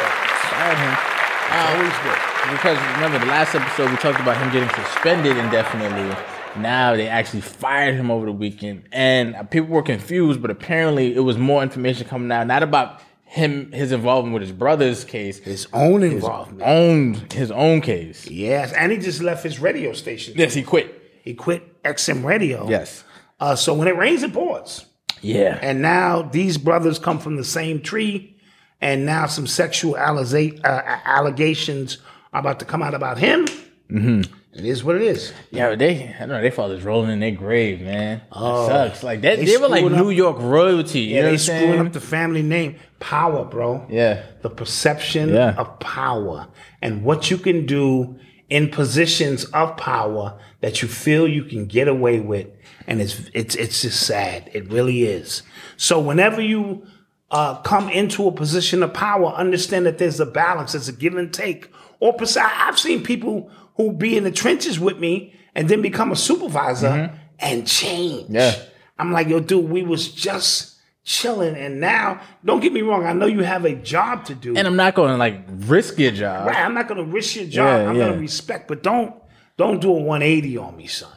jobs.
Fired him. Um,
Always good.
Because remember the last episode we talked about him getting suspended indefinitely. Now they actually fired him over the weekend, and uh, people were confused. But apparently, it was more information coming out, not about him, his involvement with his brother's case,
His own involvement.
owned his own case.
Yes, and he just left his radio station.
Yes, he quit.
He quit XM Radio.
Yes.
Uh, so when it rains, it pours.
Yeah.
And now these brothers come from the same tree, and now some sexual allisa- uh, uh, allegations are about to come out about him. Mm-hmm. is what it is.
Yeah, but they I don't know, they fathers rolling in their grave, man.
Oh.
Oh, sucks. Like that
They
they, were like
screwing up-
New York royalty. You
Yeah,
know what
they
I'm
screwing
saying?
up the family name. Power, bro.
Yeah.
The perception
Yeah.
of power and what you can do in positions of power that you feel you can get away with. And it's it's it's just sad. It really is. So whenever you uh, come into a position of power, understand that there's a balance, there's a give and take. Or pers- I- I've seen people who be in the trenches with me and then become a supervisor and change.
Mm-hmm. Yeah.
I'm like, yo, dude, we was just chilling, and now, don't get me wrong, I know you have a job to do.
and I'm not gonna like risk your job.
right, I'm not gonna risk your job.
Yeah,
I'm
yeah.
gonna respect, but don't don't do a 180 on me, son.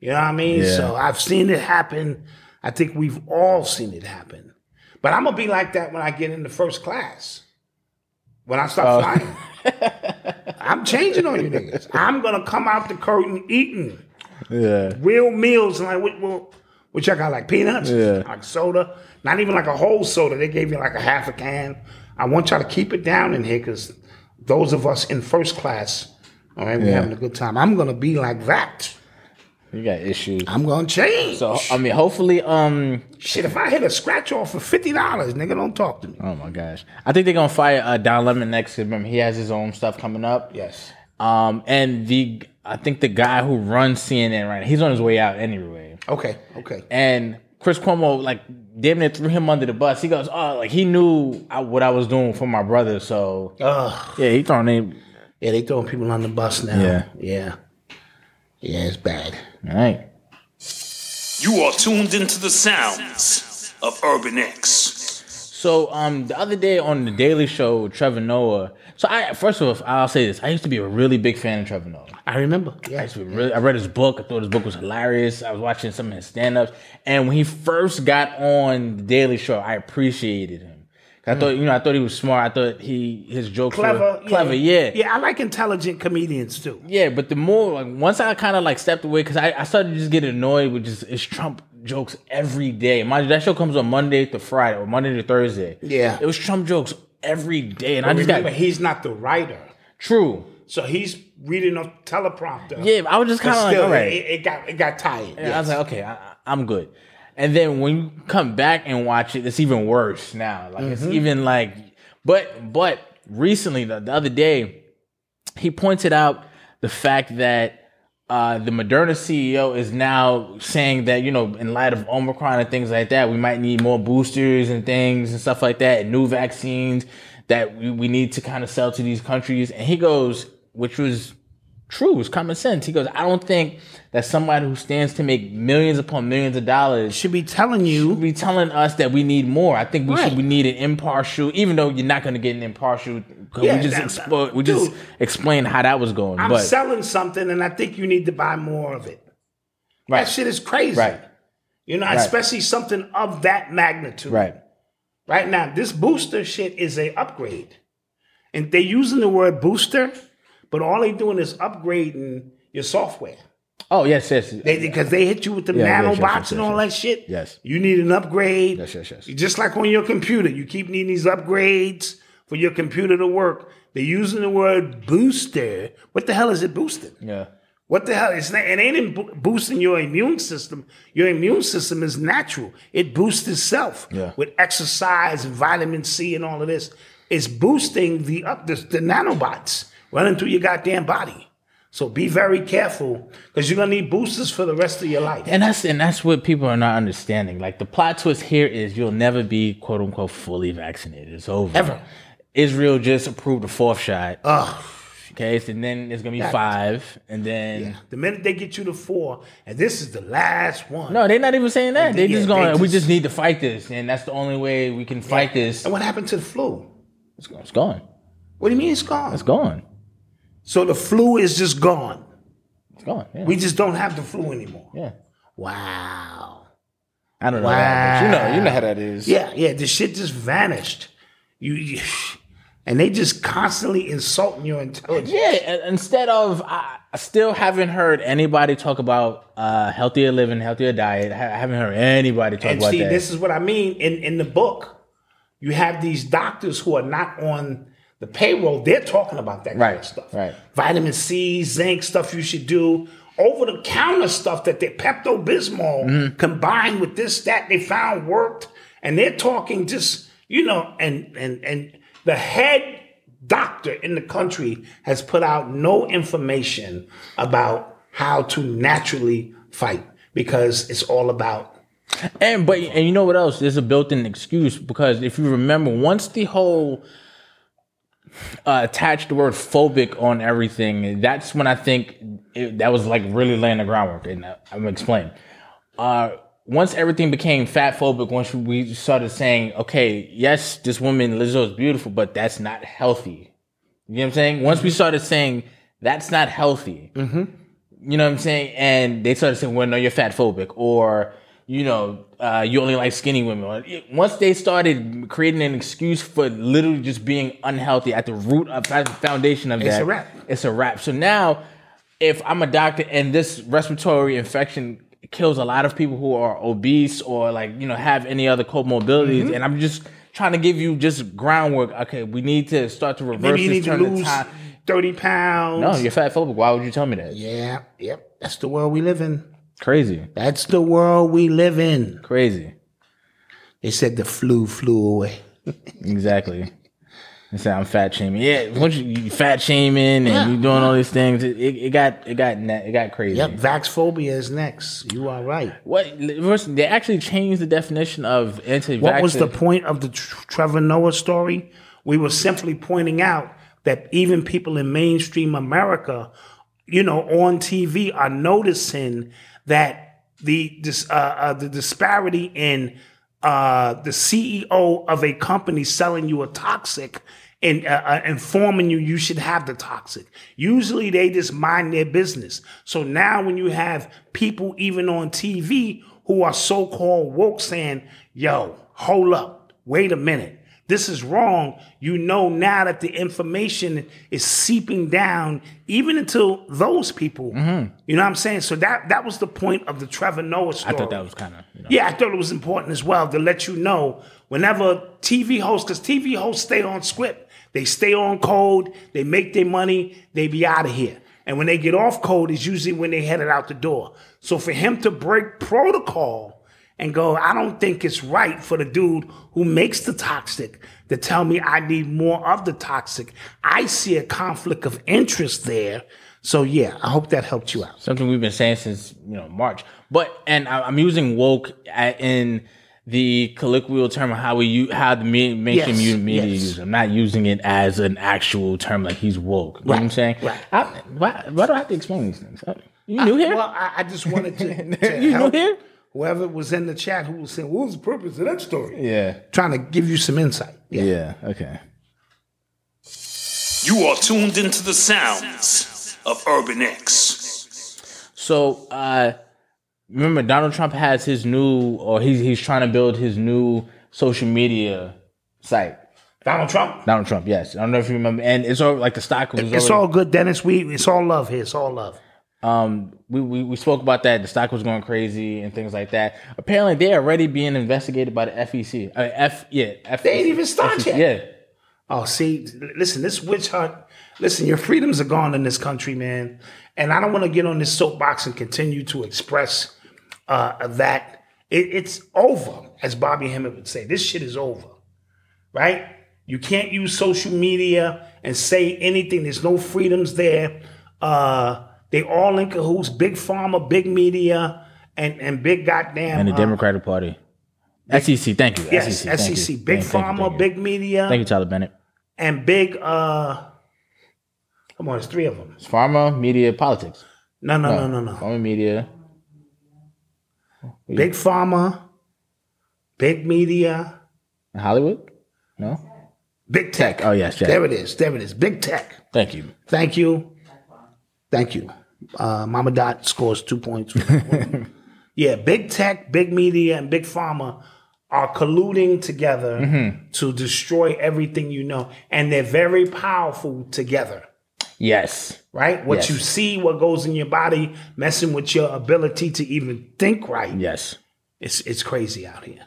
You know what I mean?
Yeah.
So I've seen it happen. I think we've all seen it happen. But I'm gonna be like that when I get into first class. When I start
Oh.
flying. I'm changing on you niggas. I'm gonna come out the curtain eating
Yeah.
real meals and like what what, what y'all got like peanuts
Yeah.
like soda not even like a whole soda they gave you like a half a can i want y'all to keep it down in here because those of us in first class all right we're having a good time i'm gonna be like that
You got issues.
i'm gonna change
So I mean hopefully, um
shit if i hit a scratch off for $50 nigga don't talk to me
oh my gosh. I think they're gonna fire uh, Don Lemon next 'cause remember he has his own stuff coming up.
yes
Um and the I think the guy who runs CNN right now, he's on his way out anyway.
okay okay
And Chris Cuomo, like damn near threw him under the bus. He goes, "Oh, like he knew I, what I was doing for my brother." So
Ugh.
yeah, he thrown him.
Yeah, they throwing people on the bus now.
Yeah.
Yeah. Yeah, it's bad.
All right.
You are tuned into the sounds of Urban X.
So um, the other day on the Daily Show, with Trevor Noah. So I first of all, I'll say this: I used to be a really big fan of Trevor Noah.
I remember. Yeah.
I really- I read his book. I thought his book was hilarious. I was watching some of his stand ups. And when he first got on The Daily Show, I appreciated him. I thought, you know, I thought he was smart. I thought he his jokes
Clever.
were Hmm. clever, yeah.
Yeah, I like intelligent comedians too.
Yeah, but the more like once I kind of like stepped away because I, I started to just get annoyed with just it's Trump jokes every day. Mind you, that show comes on Monday to Friday or Monday to Thursday.
Yeah.
it was Trump jokes every day, and I just
Remember,
got
he's not the writer.
true.
So he's reading a teleprompter.
Yeah, I was just
But
kind of like,
still,
all right,
it, it got it got tired.
And I was like, okay, I, I- I'm good. And then when you come back and watch it, it's even worse now. Like it's
Mm-hmm.
even like, but but recently the, the other day, he pointed out the fact that uh, the Moderna CEO is now saying that you know, in light of Omicron and things like that, we might need more boosters and things and stuff like that, and new vaccines that we, we need to kind of sell to these countries. And he goes, which was true. It's common sense. He goes, I don't think that somebody who stands to make millions upon millions of dollars should
should be telling you.
be telling us that we need more. I think we
Right.
should we need an impartial, even though you're not going to get an impartial. 'cause
Yeah,
we just
that-
expo-
that-
we just
dude.
explained how that was going.
I'm
but
selling something, and I think you need to buy more of it.
right,
That shit is crazy.
right,
You know,
Right.
especially something of that magnitude.
right,
Right now, this booster shit is a upgrade, and they're using the word booster, but all they doing is upgrading your software.
Oh yes, yes.
They because they hit you with the
Yeah, yeah,
nanobots
yes, yes,
and
yes,
all
yes.
that shit.
Yes.
you need an upgrade.
Yes, yes, yes.
Just like on your computer, you keep needing these upgrades for your computer to work. They're using the word booster. What the hell is it boosting?
yeah.
What the hell? It's not, it ain't in bo- boosting your immune system. Your immune system is natural. It boosts itself
Yeah.
with exercise and vitamin C and all of this. It's boosting the up the, the nanobots running through your goddamn body. So be very careful because you're gonna need boosters for the rest of your life.
And that's and that's what people are not understanding. Like the plot twist here is you'll never be quote unquote fully vaccinated. It's over.
Ever.
Israel just approved the fourth shot.
Ugh.
Okay, so then it's gonna be five, and then
The minute they get you to four, and this is the last one.
no, they're not even saying that. They
Yeah,
just going.
they
we
just-
just need to fight this, and that's the only way we can fight this.
And what happened to the flu?
It's gone. It's gone.
What do you mean it's gone?
It's gone.
So the flu is just gone.
It's gone. Yeah.
We just don't have the flu anymore.
yeah.
Wow.
I don't know. That, but you know. You know how that is.
Yeah, yeah. The shit just vanished. You, you and they just constantly insulting your intelligence.
Yeah, and instead of I I still haven't heard anybody talk about uh, healthier living, healthier diet. I I haven't heard anybody talk
And
about
see,
that.
this is what I mean in, in the book. You have these doctors who are not on the payroll. They're talking about that kind
Right,
of stuff.
right.
Vitamin C, zinc, stuff you should do. Over the counter stuff that they Pepto Bismol
Mm-hmm.
combined with this, that they found worked. And they're talking just, you know, and and and the head doctor in the country has put out no information about how to naturally fight because it's all about
And but and you know what else? There's a built-in excuse because if you remember, once the whole uh, attached the word phobic on everything, that's when I think it, that was like really laying the groundwork. And I- I'm explaining. Uh, once everything became fat phobic, once we started saying, okay, yes, this woman Lizzo is beautiful, but that's not healthy. You know what I'm saying? Once
Mm-hmm.
we started saying that's not healthy, you know what I'm saying? And they started saying, well, no, you're fat phobic, or, you know, uh, you only like skinny women. Or, it- Once they started creating an excuse for literally just being unhealthy at the root of at the foundation of that,
a wrap.
It's a wrap. So now, if I'm a doctor and this respiratory infection kills a lot of people who are obese or like, you know, have any other comorbidities, and I'm just trying to give you just groundwork, okay, we need to start to reverse
Maybe you
this
need to
turn
lose
the time.
30 pounds.
No, you're fat phobic. Why would you tell me that?
Yeah, yep. That's the world we live in.
Crazy.
That's the world we live in.
Crazy.
They said the flu flew away.
Exactly. They say I'm fat shaming. Yeah, once you, you fat shaming and
Yeah.
you doing all these things, it, it, it got it got na- it got crazy.
Yep, vax phobia is next. You are right.
What first, they actually changed the definition of anti-vaxxer.
What was the point of the Tr- Trevor Noah story? We were simply pointing out that even people in mainstream America, you know, on TV are noticing that the dis, uh, uh, the disparity in uh, the CEO of a company selling you a toxic and uh, uh, informing you you should have the toxic. Usually they just mind their business. So now when you have people even on TV who are so called woke saying, yo, hold up, wait a minute. This is wrong. You know now that the information is seeping down even until those people. You know what I'm saying? So that that was the point of the Trevor Noah
Mm-hmm. I
story.
thought that was kind of you know,
Yeah, I thought it was important as well to let you know whenever TV hosts, because TV hosts stay on script, they stay on code, they make their money, they be out of here. And when they get off code, is usually when they headed out the door. So for him to break protocol and go, I don't think it's right for the dude who makes the toxic to tell me I need more of the toxic. I see a conflict of interest there. So yeah, I hope that helped you out.
something we've been saying since you know March. But and I, I'm using woke a- in the colloquial term of how we u- how the me- mainstream
Yes,
u- media
yes.
use. it. I'm not using it as an actual term like he's woke. You know what I'm
Right,
saying?
right.
I, why, why do I have to explain these things? Uh, You new here?
Well, I, I just wanted to, to
You new
help
here?
whoever was in the chat who was saying, "What was the purpose of that story?"
yeah.
Trying to give you some insight.
yeah. Okay.
You are tuned into the sounds of Urban X.
So uh remember Donald Trump has his new or he's he's trying to build his new social media site.
Donald Trump.
Donald Trump, yes. I don't know if you remember and it's all like the stock was
It's all good, Dennis. We it's all love here. It's all love.
um we, we we spoke about that the stock was going crazy and things like that. Apparently they're already being investigated by the FEC. I mean, F yeah, F
They ain't even start
FEC,
yet.
Yeah.
Oh, see, l- listen, this witch hunt. Listen, your freedoms are gone in this country, man. And I don't want to get on this soapbox and continue to express uh, that it, it's over, as Bobby Hemmett would say. This shit is over, right? You can't use social media and say anything. There's no freedoms there. Uh, they all in cahoots. Big pharma, big media, and and big goddamn
And the
uh,
Democratic Party. SEC, thank you. E
yes, SEC,
thank you.
big
Thank you, thank
pharma,
you.
big media,
Thank you, Tyler Bennett.
and big. uh Come on, it's three of them.
It's pharma, media, politics.
No, no, no, no, no.
Pharma, media,
Big pharma, big media,
and Hollywood? No?
big tech.
Oh, yes, yes.
There it is. There it is. Big tech.
Thank you.
Thank you. Thank you. Uh, Mama Dot scores two points. yeah, big tech, big media, and big pharma are colluding together
Mm-hmm.
to destroy everything you know, and they're very powerful together.
Yes.
Right? What
Yes.
you see, what goes in your body, messing with your ability to even think right.
Yes.
It's it's crazy out here.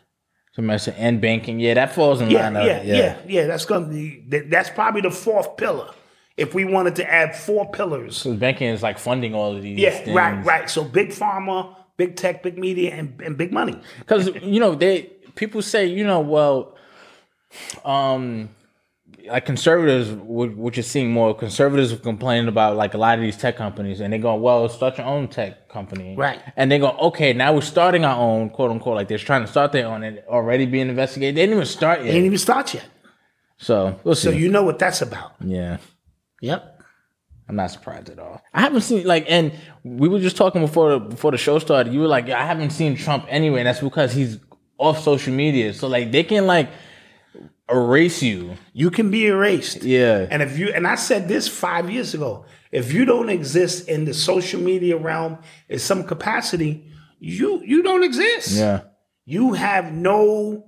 So Mr. and banking. Yeah, that falls in
yeah,
line. uh,
yeah, yeah, yeah, That's gonna be, that, that's probably the fourth pillar. If we wanted to add four pillars,
So banking is like funding all of these.
yeah,
things.
right, right. So big pharma, big tech, big media, and, and big money.
Because you know they people say you know well, um, like conservatives, wh- which is seeing more conservatives are complaining about like a lot of these tech companies, and they go well, start your own tech company,
Right.
And they go okay, now we're starting our own quote unquote like they're trying to start their own and already being investigated. They didn't even start
They ain't
yet,
even start yet.
so we'll see.
So you know what that's about.
yeah.
Yep.
I'm not surprised at all. I haven't seen like, and we were just talking before before the show started. You were like, I haven't seen Trump anyway, and that's because he's off social media. So like, they can like erase you.
You can be erased.
Yeah.
And if you and I said this five years ago, if you don't exist in the social media realm in some capacity, you you don't exist.
Yeah.
you have no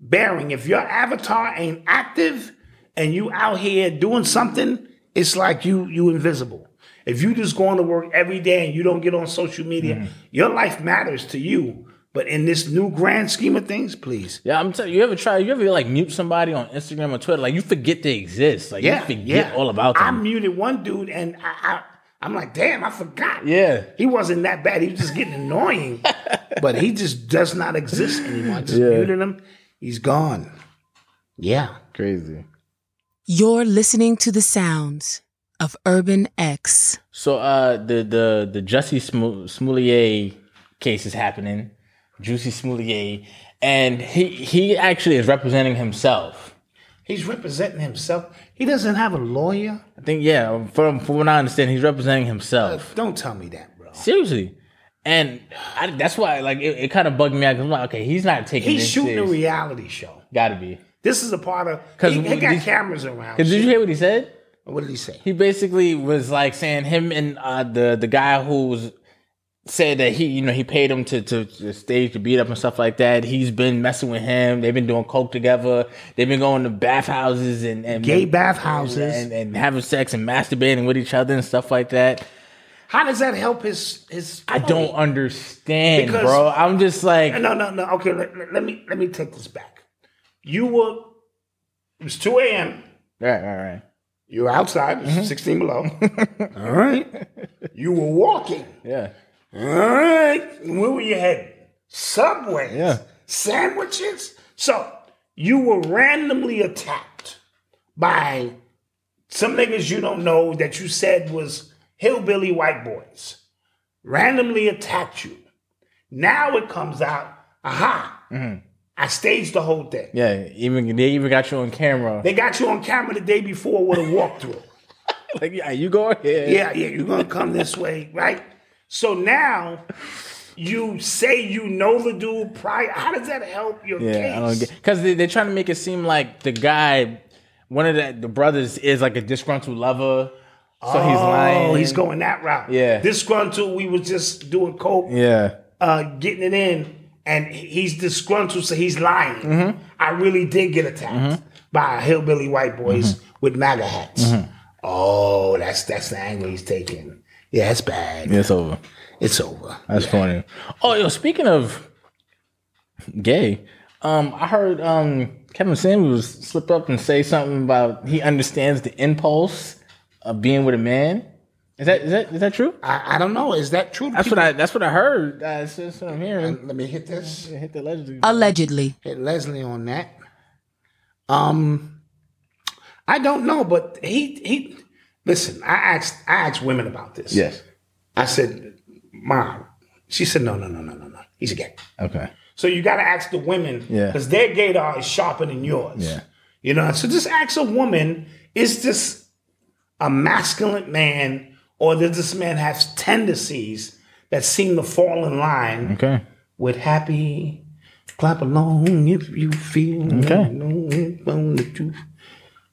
bearing. If your avatar ain't active and you out here doing something, it's like you you invisible. If you just going to work every day and you don't get on social media, your life matters to you. But in this new grand scheme of things, please.
Yeah, I'm telling you. You ever try? You ever like mute somebody on Instagram or Twitter? Like you forget they exist. Like
Yeah,
you forget
yeah.
all about
I
them.
muted one dude and I, I I'm like, damn, I forgot.
yeah,
He wasn't that bad. He was just getting annoying. but he just does not exist anymore. I just
Yeah.
muted him. He's gone. Yeah.
crazy.
You're listening to the sounds of Urban X.
So uh, the the the Jussie Smoo- Smollett case is happening, Juicy Smollett, and he he actually is representing himself.
He's representing himself. He doesn't have a lawyer.
I think yeah, from from what I understand, he's representing himself.
Don't tell me that, bro.
Seriously, and I, that's why like it, it kind of bugged me out 'cause I'm like, okay, he's not taking.
He's
this
shooting a
serious.
reality show.
Gotta be.
This is a part of.
'Cause
He, he got
these-
cameras around.
Cause did you hear what he said?
What did he say?
He basically was like saying him and uh, the the guy who was said that he you know he paid him to, to to stage the beat up and stuff like that. He's been messing with him. They've been doing coke together. They've been going to bathhouses and, and
Gay bathhouses.
and, and having sex and masturbating with each other and stuff like that.
How does that help his his?
I don't understand,
Because-
bro. I'm just like
No, no, no. Okay, let, let- let me let me take this back. You were. It was two a.m.
right, right, right.
You were outside. It was Sixteen below. Mm-hmm. All right. You were walking.
Yeah,
All right. Where were you heading? Subways.
Yeah.
Sandwiches. So you were randomly attacked by some niggas you don't know that you said was hillbilly white boys. Randomly attacked you. Now it comes out, aha, I staged the whole thing.
Mm-hmm. yeah. Even they even got you on camera.
They got you on camera the day before with a walkthrough.
like, yeah, you go ahead.
yeah, yeah, you're gonna come this way, right? So now you say you know the dude prior. How does that help your case?
Yeah, I don't get because they, they're trying to make it seem like the guy, one of the, the brothers, is like a disgruntled lover, so he's lying.
Oh, he's going that route.
Yeah.
disgruntled. We was just doing coke,
Yeah,
uh, getting it in, and he's disgruntled, so he's lying.
Mm-hmm.
I really did get attacked by hillbilly white boys
Mm-hmm.
with MAGA hats. Oh, that's that's the angle he's taking. Yeah, that's bad.
it's over.
It's over.
That's funny. Oh, yo, speaking of gay, um, I heard um Kevin Samuels slip up and say something about he understands the impulse of being with a man. Is that is that is that true?
I, I don't know. Is that true?
That's what I that's what I heard. Uh, that's that's what I'm hearing.
Let me hit this.
Hit the legend.
Allegedly.
hit Leslie on that. Um, I don't know, but he he. Listen, I asked I asked women about this. I said, "Mom," she said, "No, no, no, no, no, no. He's a gay."
Okay.
So you got to ask the women,
Yeah.
because their gaydar is sharper than yours.
Yeah.
You know, so just ask a woman: Is this a masculine man, or does this man have tendencies that seem to fall in line?
Okay.
with happy. Clap along if you feel
Okay.
no bone that you-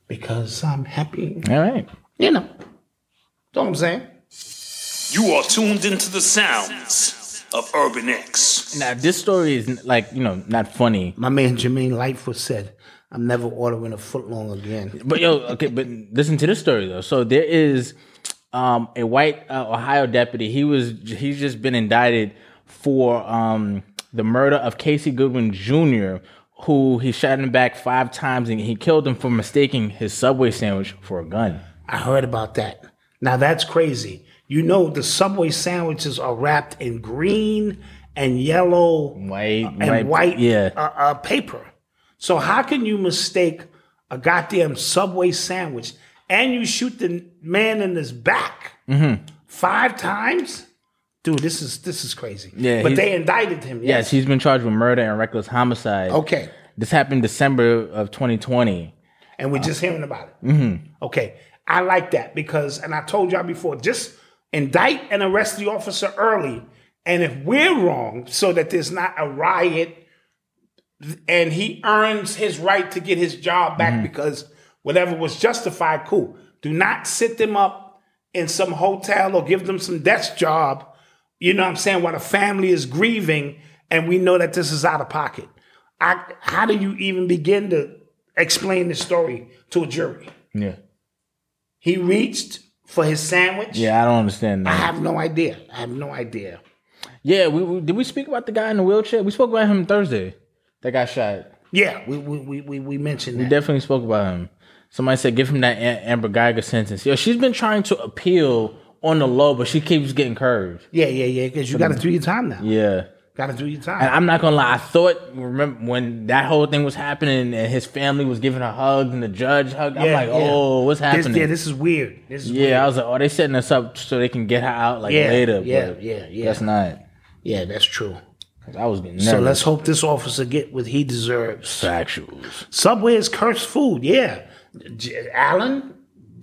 because I'm happy.
All right.
You know, that's all I'm saying.
You are tuned into the sounds of Urban X.
Now this story is like you know not funny,
My man Jermaine Lightfoot said, "I'm never ordering a footlong again."
but yo, okay, but listen to this story though. So there is um, a white uh, Ohio deputy. He was he's just been indicted for um, the murder of Casey Goodwin Jr., who he shot in the back five times and he killed him for mistaking his subway sandwich for a gun.
I heard about that. Now that's crazy. You know, the Subway sandwiches are wrapped in green and yellow
White,
and white
yeah.
uh, uh, paper. So how can you mistake a goddamn Subway sandwich and you shoot the man in his back five times? Dude, this is this is crazy.
Yeah,
but
he's-
they indicted him.
yes,
Yes.
he's been charged with murder and reckless homicide.
Okay.
This happened December of 2020.
And we're just hearing about it. Okay. I like that because, and I told y'all before, just indict and arrest the officer early. And if we're wrong, so that there's not a riot and he earns his right to get his job back because whatever was justified, cool. Do not sit them up in some hotel or give them some desk job. You know what I'm saying? While the family is grieving and we know that this is out of pocket. I, how do you even begin to explain the story to a jury?
Yeah.
He reached for his sandwich.
Yeah, I don't understand
I
that.
have no idea. I have no idea.
Yeah, we, we did we speak about the guy in the wheelchair? We spoke about him Thursday. That got shot.
Yeah, we we we we, we mentioned
We
that.
definitely spoke about him. Somebody said give him that A- Amber Geiger sentence. Yo, she's been trying to appeal on the low, but she keeps getting curved.
yeah, yeah, yeah. Because you got to do your time now.
Yeah,
Got to do your time.
And I'm not gonna lie, I thought remember when that whole thing was happening and his family was giving her hugs and the judge hugged. I'm
Yeah,
like,
yeah.
oh, what's
This,
happening?
yeah, this is weird. This is
yeah,
weird.
I was like, oh, they setting us up so they can get her out like
Yeah,
later.
yeah,
but
yeah, yeah.
That's not.
yeah, that's true.
'cause I was getting nervous.
So let's hope this officer get what he deserves.
factuals.
Subway is cursed food. Yeah, J- Allen,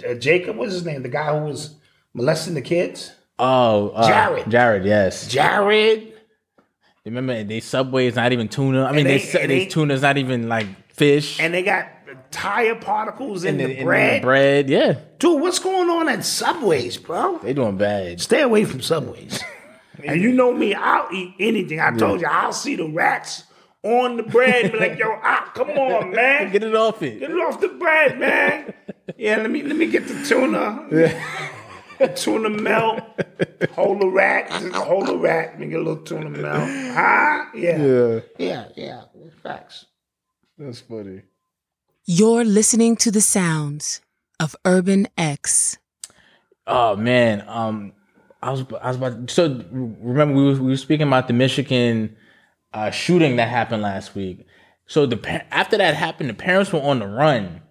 uh, Jacob, what's his name? The guy who was molesting the kids.
Oh, uh,
Jared.
Jared, yes.
Jared.
Remember, they Subway is not even tuna. I mean,
they-
they, they,
and they-
tuna's not even like fish.
And they got tire particles in,
And
the,
the- and
bread.
bread, yeah,
Dude, what's going on at Subways, bro?
they doing bad.
Stay away from Subways. and you know me, I'll eat anything. I told you, I'll see the rats on the bread and be like, yo, ah, come on, man.
Get it off it.
Get it off the bread, man. Yeah, let me let me get the tuna. The tuna melt. Hold a rat. Hold a rat. Let me get a little tuna melt. Huh? Yeah. Yeah. Yeah. Yeah. Facts.
That's funny.
You're listening to the sounds of Urban X.
Oh man, um, I was I was about so remember we was, we were speaking about the Michigan uh, shooting that happened last week. So the pa- after that happened, the parents were on the run,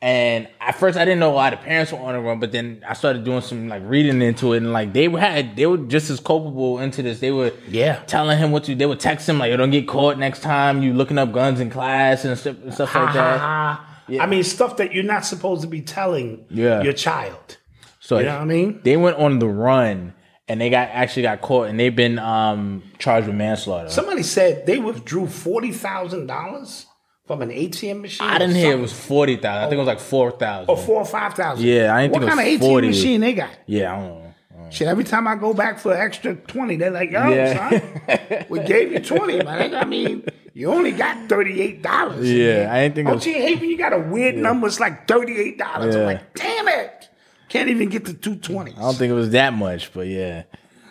and at first I didn't know why the parents were on the run, but then I started doing some like reading into it, and like they had they were just as culpable into this. They were
Yeah.
telling him what to. They would text him like, "You don't get caught next time. You looking up guns in class and stuff, and stuff like that."
Uh-huh. I mean, stuff that you're not supposed to be telling
Yeah.
your child.
So
You know what I mean?
They went on the run and they got actually got caught and they've been um charged with manslaughter.
Somebody said they withdrew forty thousand dollars from an ATM machine.
I
or
didn't hear it was
something.
forty thousand. I think it was like Oh, four thousand.
or four or five thousand.
Yeah, I didn't
what
think it
kind
was
of ATM
40.
machine they got?
Yeah, I don't know.
Shit, every time I go back for an extra 20, they're like, yo,
Yeah.
son, we gave you 20, man. I mean, you only got $38.
Yeah, I didn't think it
Don't
was-
you hate when you got a weird number? It's like $38. I'm
Yeah.
like, damn it. Can't even get to 220.
I don't think it was that much, but yeah.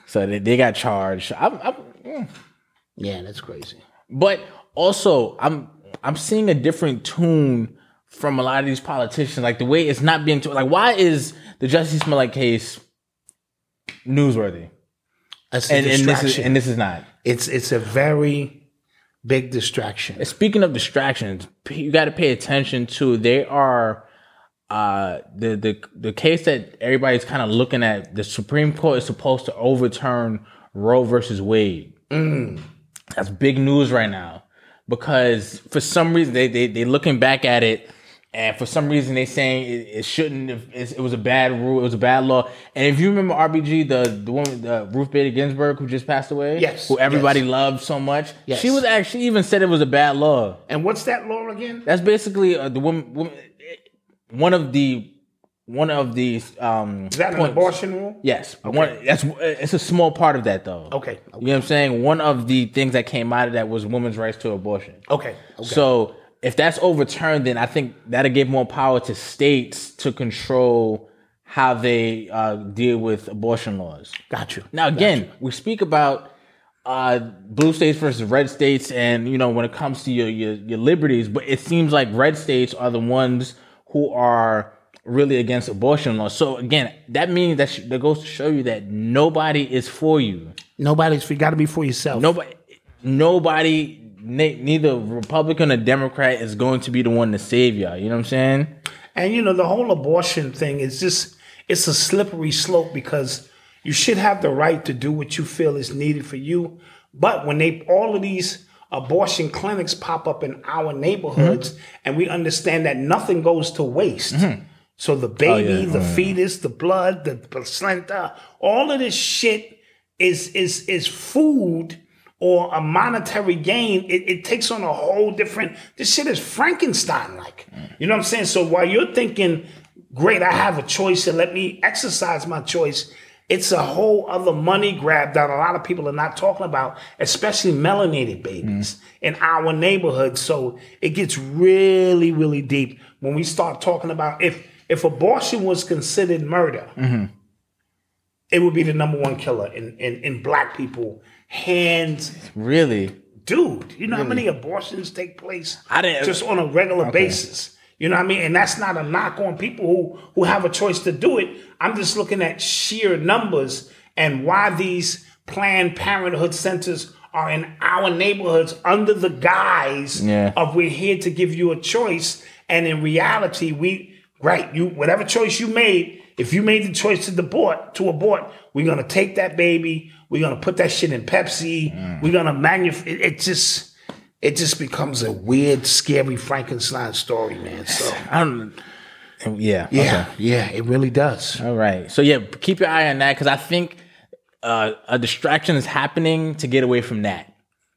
So they, they got charged. I'm, I'm, mm.
Yeah, that's crazy.
but also I'm I'm seeing a different tune from a lot of these politicians. Like the way it's not being to- like why is the Justice Smollett case newsworthy?
That's a
And, and this
distraction.
is and this is not.
it's, it's a very big distraction.
Speaking of distractions, p- you got to pay attention to they are uh the the the case that everybody's kind of looking at. The Supreme Court is supposed to overturn Roe versus Wade.
Mm.
That's big news right now because for some reason they they they looking back at it. And for some reason, they saying it, it shouldn't. Have, it's, it was a bad rule. It was a bad law. And if you remember RBG, the the woman, uh, Ruth Bader Ginsburg, who just passed away,
Yes,
who everybody
yes.
loved so much,
Yes.
she was actually even said it was a bad law.
and what's that law again?
That's basically uh, the woman, woman, one of the one of the um
Is that an
points.
abortion rule?
Yes, one, that's it's a small part of that though.
Okay, okay.
you know what I'm saying. One of the things that came out of that was women's rights to abortion.
Okay. okay.
So if that's overturned, then I think that'll give more power to states to control how they uh, deal with abortion laws.
Got you.
Now again, we speak about uh, blue states versus red states, and you know when it comes to your, your your liberties, but it seems like red states are the ones who are really against abortion laws. So again, that means that, sh- that goes to show you that nobody is for you.
Nobody's, you got to be for yourself.
Nobody, nobody, ne- neither Republican or Democrat is going to be the one to save y'all. You know what I'm saying?
And you know, the whole abortion thing is just it's a slippery slope because you should have the right to do what you feel is needed for you. But when they all of these abortion clinics pop up in our neighborhoods and we understand that nothing goes to waste. So the baby, the fetus, the blood, the placenta, all of this shit is is is food or a monetary gain, it, it takes on a whole different. This shit is Frankenstein like. You know what I'm saying? So while you're thinking, great, I have a choice and let me exercise my choice, it's a whole other money grab that a lot of people are not talking about, especially melanated babies
Mm.
in our neighborhood. So it gets really, really deep when we start talking about if if abortion was considered murder
Mm-hmm.
it would be the number one killer in, in, in black people. Hands,
Really?
dude, you know how many abortions take place
I didn't-
just on a regular basis? You know what I mean? And that's not a knock on people who, who have a choice to do it. I'm just looking at sheer numbers and why these Planned Parenthood centers are in our neighborhoods under the guise
Yeah.
of we're here to give you a choice. And in reality, we right you whatever choice you made. If you made the choice to abort, to abort, we're gonna take that baby. We're gonna put that shit in Pepsi. We're gonna manuf. It, it just, it just becomes a weird, scary Frankenstein story, man. So
I don't. Yeah.
yeah, yeah, it really does.
All right. So yeah, keep your eye on that because I think uh, a distraction is happening to get away from that.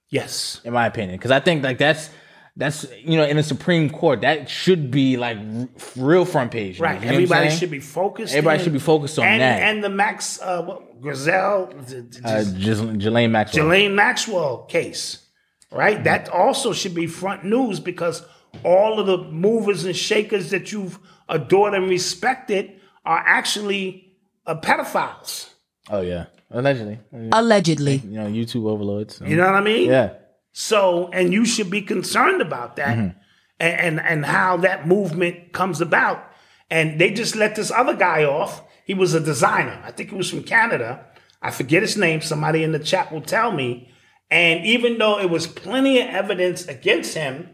Yes,
in my opinion, because I think like that's that's you know in the Supreme Court that should be like r- real front page. You
right.
know what I'm
Everybody
saying?
should be focused.
Everybody
in.
should be focused on
and,
that.
And the Max uh, what, Grizel, d- d-
uh, Ghislaine Ghislaine Maxwell.
Jelaine Maxwell case, right? That also should be front news because all of the movers and shakers that you've adored and respected are actually uh, pedophiles.
Oh yeah, allegedly. You
Allegedly.
know, YouTube overlords.
You know what I mean?
Yeah.
So, and you should be concerned about that
Mm-hmm.
and, and and how that movement comes about. And they just let this other guy off. He was a designer. I think he was from Canada. I forget his name. Somebody in the chat will tell me. And even though it was plenty of evidence against him,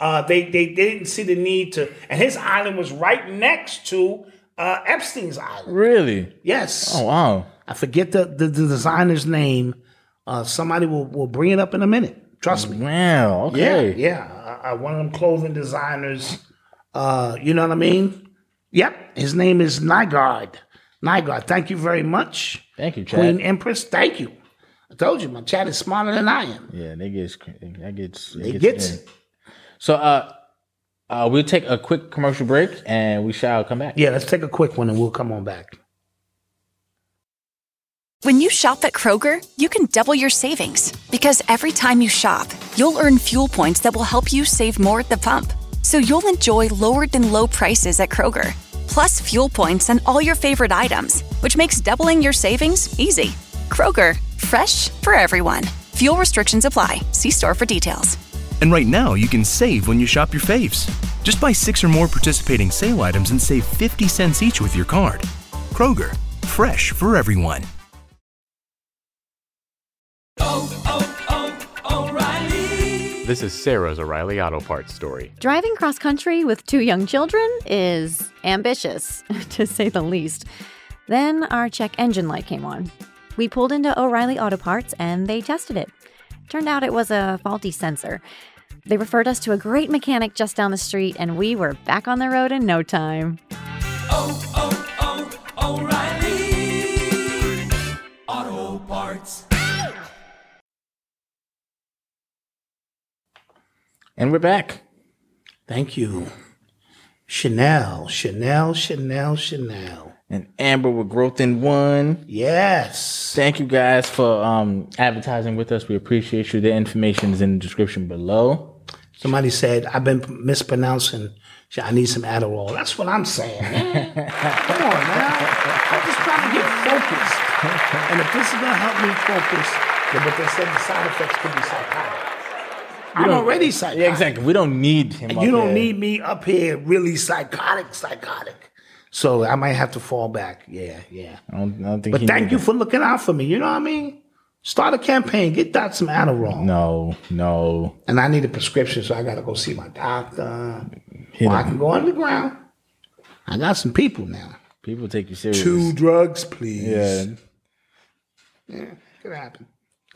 uh, they, they they didn't see the need to. And his island was right next to uh, Epstein's island.
Really?
Yes.
Oh wow.
I forget the, the, the designer's name. Uh, somebody will, will bring it up in a minute. Trust
Mm-hmm.
me.
Wow.
Yeah,
Okay.
yeah. Uh, uh, one of them clothing designers. Uh, you know what I mean? Yep. His name is Nygard. Nygard, thank you very much.
Thank you, Chad.
Queen Empress, thank you. I told you my chat is smarter than I am.
Yeah, they gets that gets
They gets
in.
it.
So uh, uh, we'll take a quick commercial break and we shall come back.
Yeah, let's take a quick one and we'll come on back.
When you shop at Kroger, you can double your savings because every time you shop, you'll earn fuel points that will help you save more at the pump. So you'll enjoy lower than low prices at Kroger, plus fuel points on all your favorite items, which makes doubling your savings easy. Kroger, fresh for everyone. Fuel restrictions apply. See store for details.
And right now, you can save when you shop your faves. Just buy six or more participating sale items and save 50 cents each with your card. Kroger, fresh for everyone.
This is Sarah's O'Reilly Auto Parts story.
Driving cross country with two young children is ambitious, to say the least. Then our check engine light came on. We pulled into O'Reilly Auto Parts and they tested it. Turned out it was a faulty sensor. They referred us to a great mechanic just down the street and we were back on the road in no time.
And we're back.
Thank you. Chanel, Chanel, Chanel, Chanel.
And Amber with Growth in One.
Yes.
Thank you guys for um, advertising with us. We appreciate you. The information is in the description below.
Somebody said, I've been mispronouncing. Sh- I need some Adderall. That's what I'm saying. man. Come on, man. I'm just trying to get focused. And if this is going to help me focus, then what they said the side effects could be psychotic. I'm already psychotic.
Yeah, exactly. We don't need him.
And
up
you don't
there.
need me up here really psychotic, psychotic. So I might have to fall back. Yeah, yeah.
I don't, I don't think.
But
he
thank
needs
you
it.
for looking out for me. You know what I mean? Start a campaign. Get that some Adderall.
No, no.
and I need a prescription, so I gotta go see my doctor.
Hit
Or I
him.
can go underground. I got some people now.
People take you serious.
drugs, please.
Yeah.
Could happen.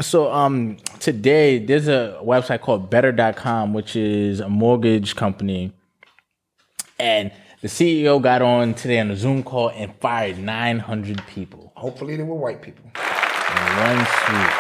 So um today there's a website called better.com which is a mortgage company and the CEO got on today on a Zoom call and fired 900 people
Hopefully, they were white people.
in one swoop.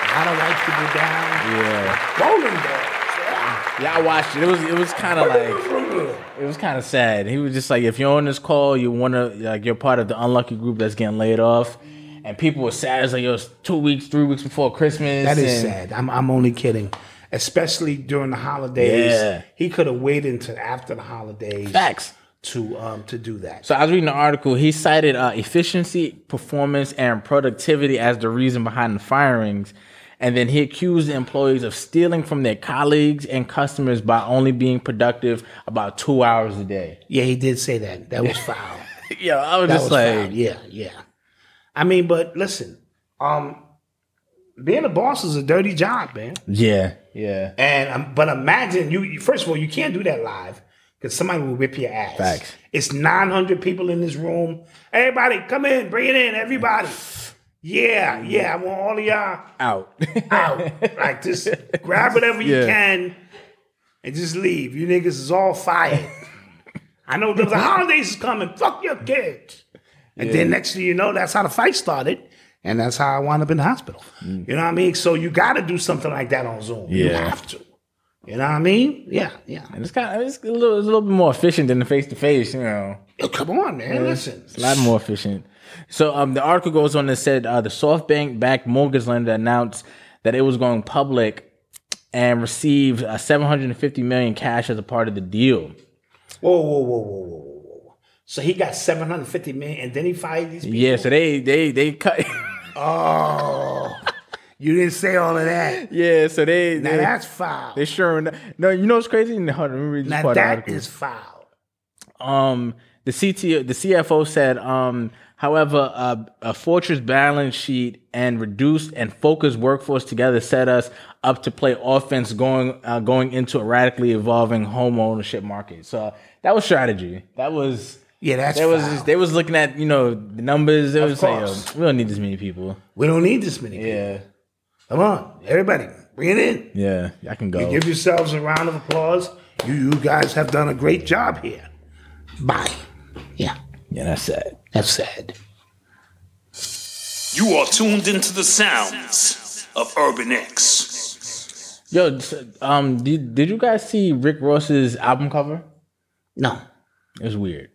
A lot of white people down.
Yeah.
Rolling dogs.
Yeah, I watched it. It was it was kind of like it was kind of sad. He was just like, if you're on this call, you want to like you're part of the unlucky group that's getting laid off, and people were sad. It's like yo, it's two weeks, three weeks before Christmas.
That is
and-
sad. I'm, I'm only kidding. Especially during the holidays.
Yeah.
He could have waited until after the holidays
Facts.
to um to do that.
So I was reading an article. He cited uh, efficiency, performance, and productivity as the reason behind the firings, and then he accused the employees of stealing from their colleagues and customers by only being productive about two hours a day.
yeah, he did say that. That was foul.
Yeah, I was
That
just
was
like,
foul. yeah, yeah. I mean, but listen, um, being a boss is a dirty job, man.
Yeah, yeah.
And um, but imagine you. you- First of all, you can't do that live because somebody will whip your ass.
Facts.
It's nine hundred people in this room. Everybody, come in. Bring it in. Everybody. Yeah, yeah. I want all of y'all
Out.
out. like just grab whatever you
Yeah.
can and just leave. You niggas is all fired. I know the, the holidays is coming. Fuck your kids. And
Yeah.
then next thing you know, that's how the fight started. And that's how I wound up in the hospital. You know what I mean? So you got to do something like that on Zoom. You
Mm. Yeah.
have to. You know what I mean? Yeah, yeah.
And it's kind of it's a little, it's a little bit more efficient than the face to face, you know.
Yo, come on, man. Listen.
It's a lot more efficient. So um, the article goes on and said uh, the SoftBank backed mortgage lender announced that it was going public and received uh, 750 million cash as a part of the deal.
Whoa, whoa, whoa, whoa, whoa, whoa, whoa. So he got 750 million and then he fired these people.
Yeah, so they they they cut.
Oh. you didn't say all of that.
yeah, so they
Now
they,
that's foul.
they sure enough. No, you know what's crazy? No, Hold on, let me read this
Now
part of the
that
article.
is foul.
Um, the CTO, the CFO said, um, however, a, a fortress balance sheet and reduced and focused workforce together set us up to play offense going uh, going into a radically evolving home ownership market. So that was strategy. That was
Yeah, that's
that was
foul.
they was looking at you know the numbers. They
Of
was saying,
course.
"Yo, we don't need this many people.
We don't need this many people.
Yeah,
Come on, everybody, bring it in.
yeah, I can go.
You give yourselves a round of applause. You, you guys have done a great job here. Bye. Yeah,
yeah, that's sad.
That's sad.
You are tuned into the sounds of Urban X.
Yo, so, um, did, did you guys see Rick Ross's album cover?
No.
It was weird.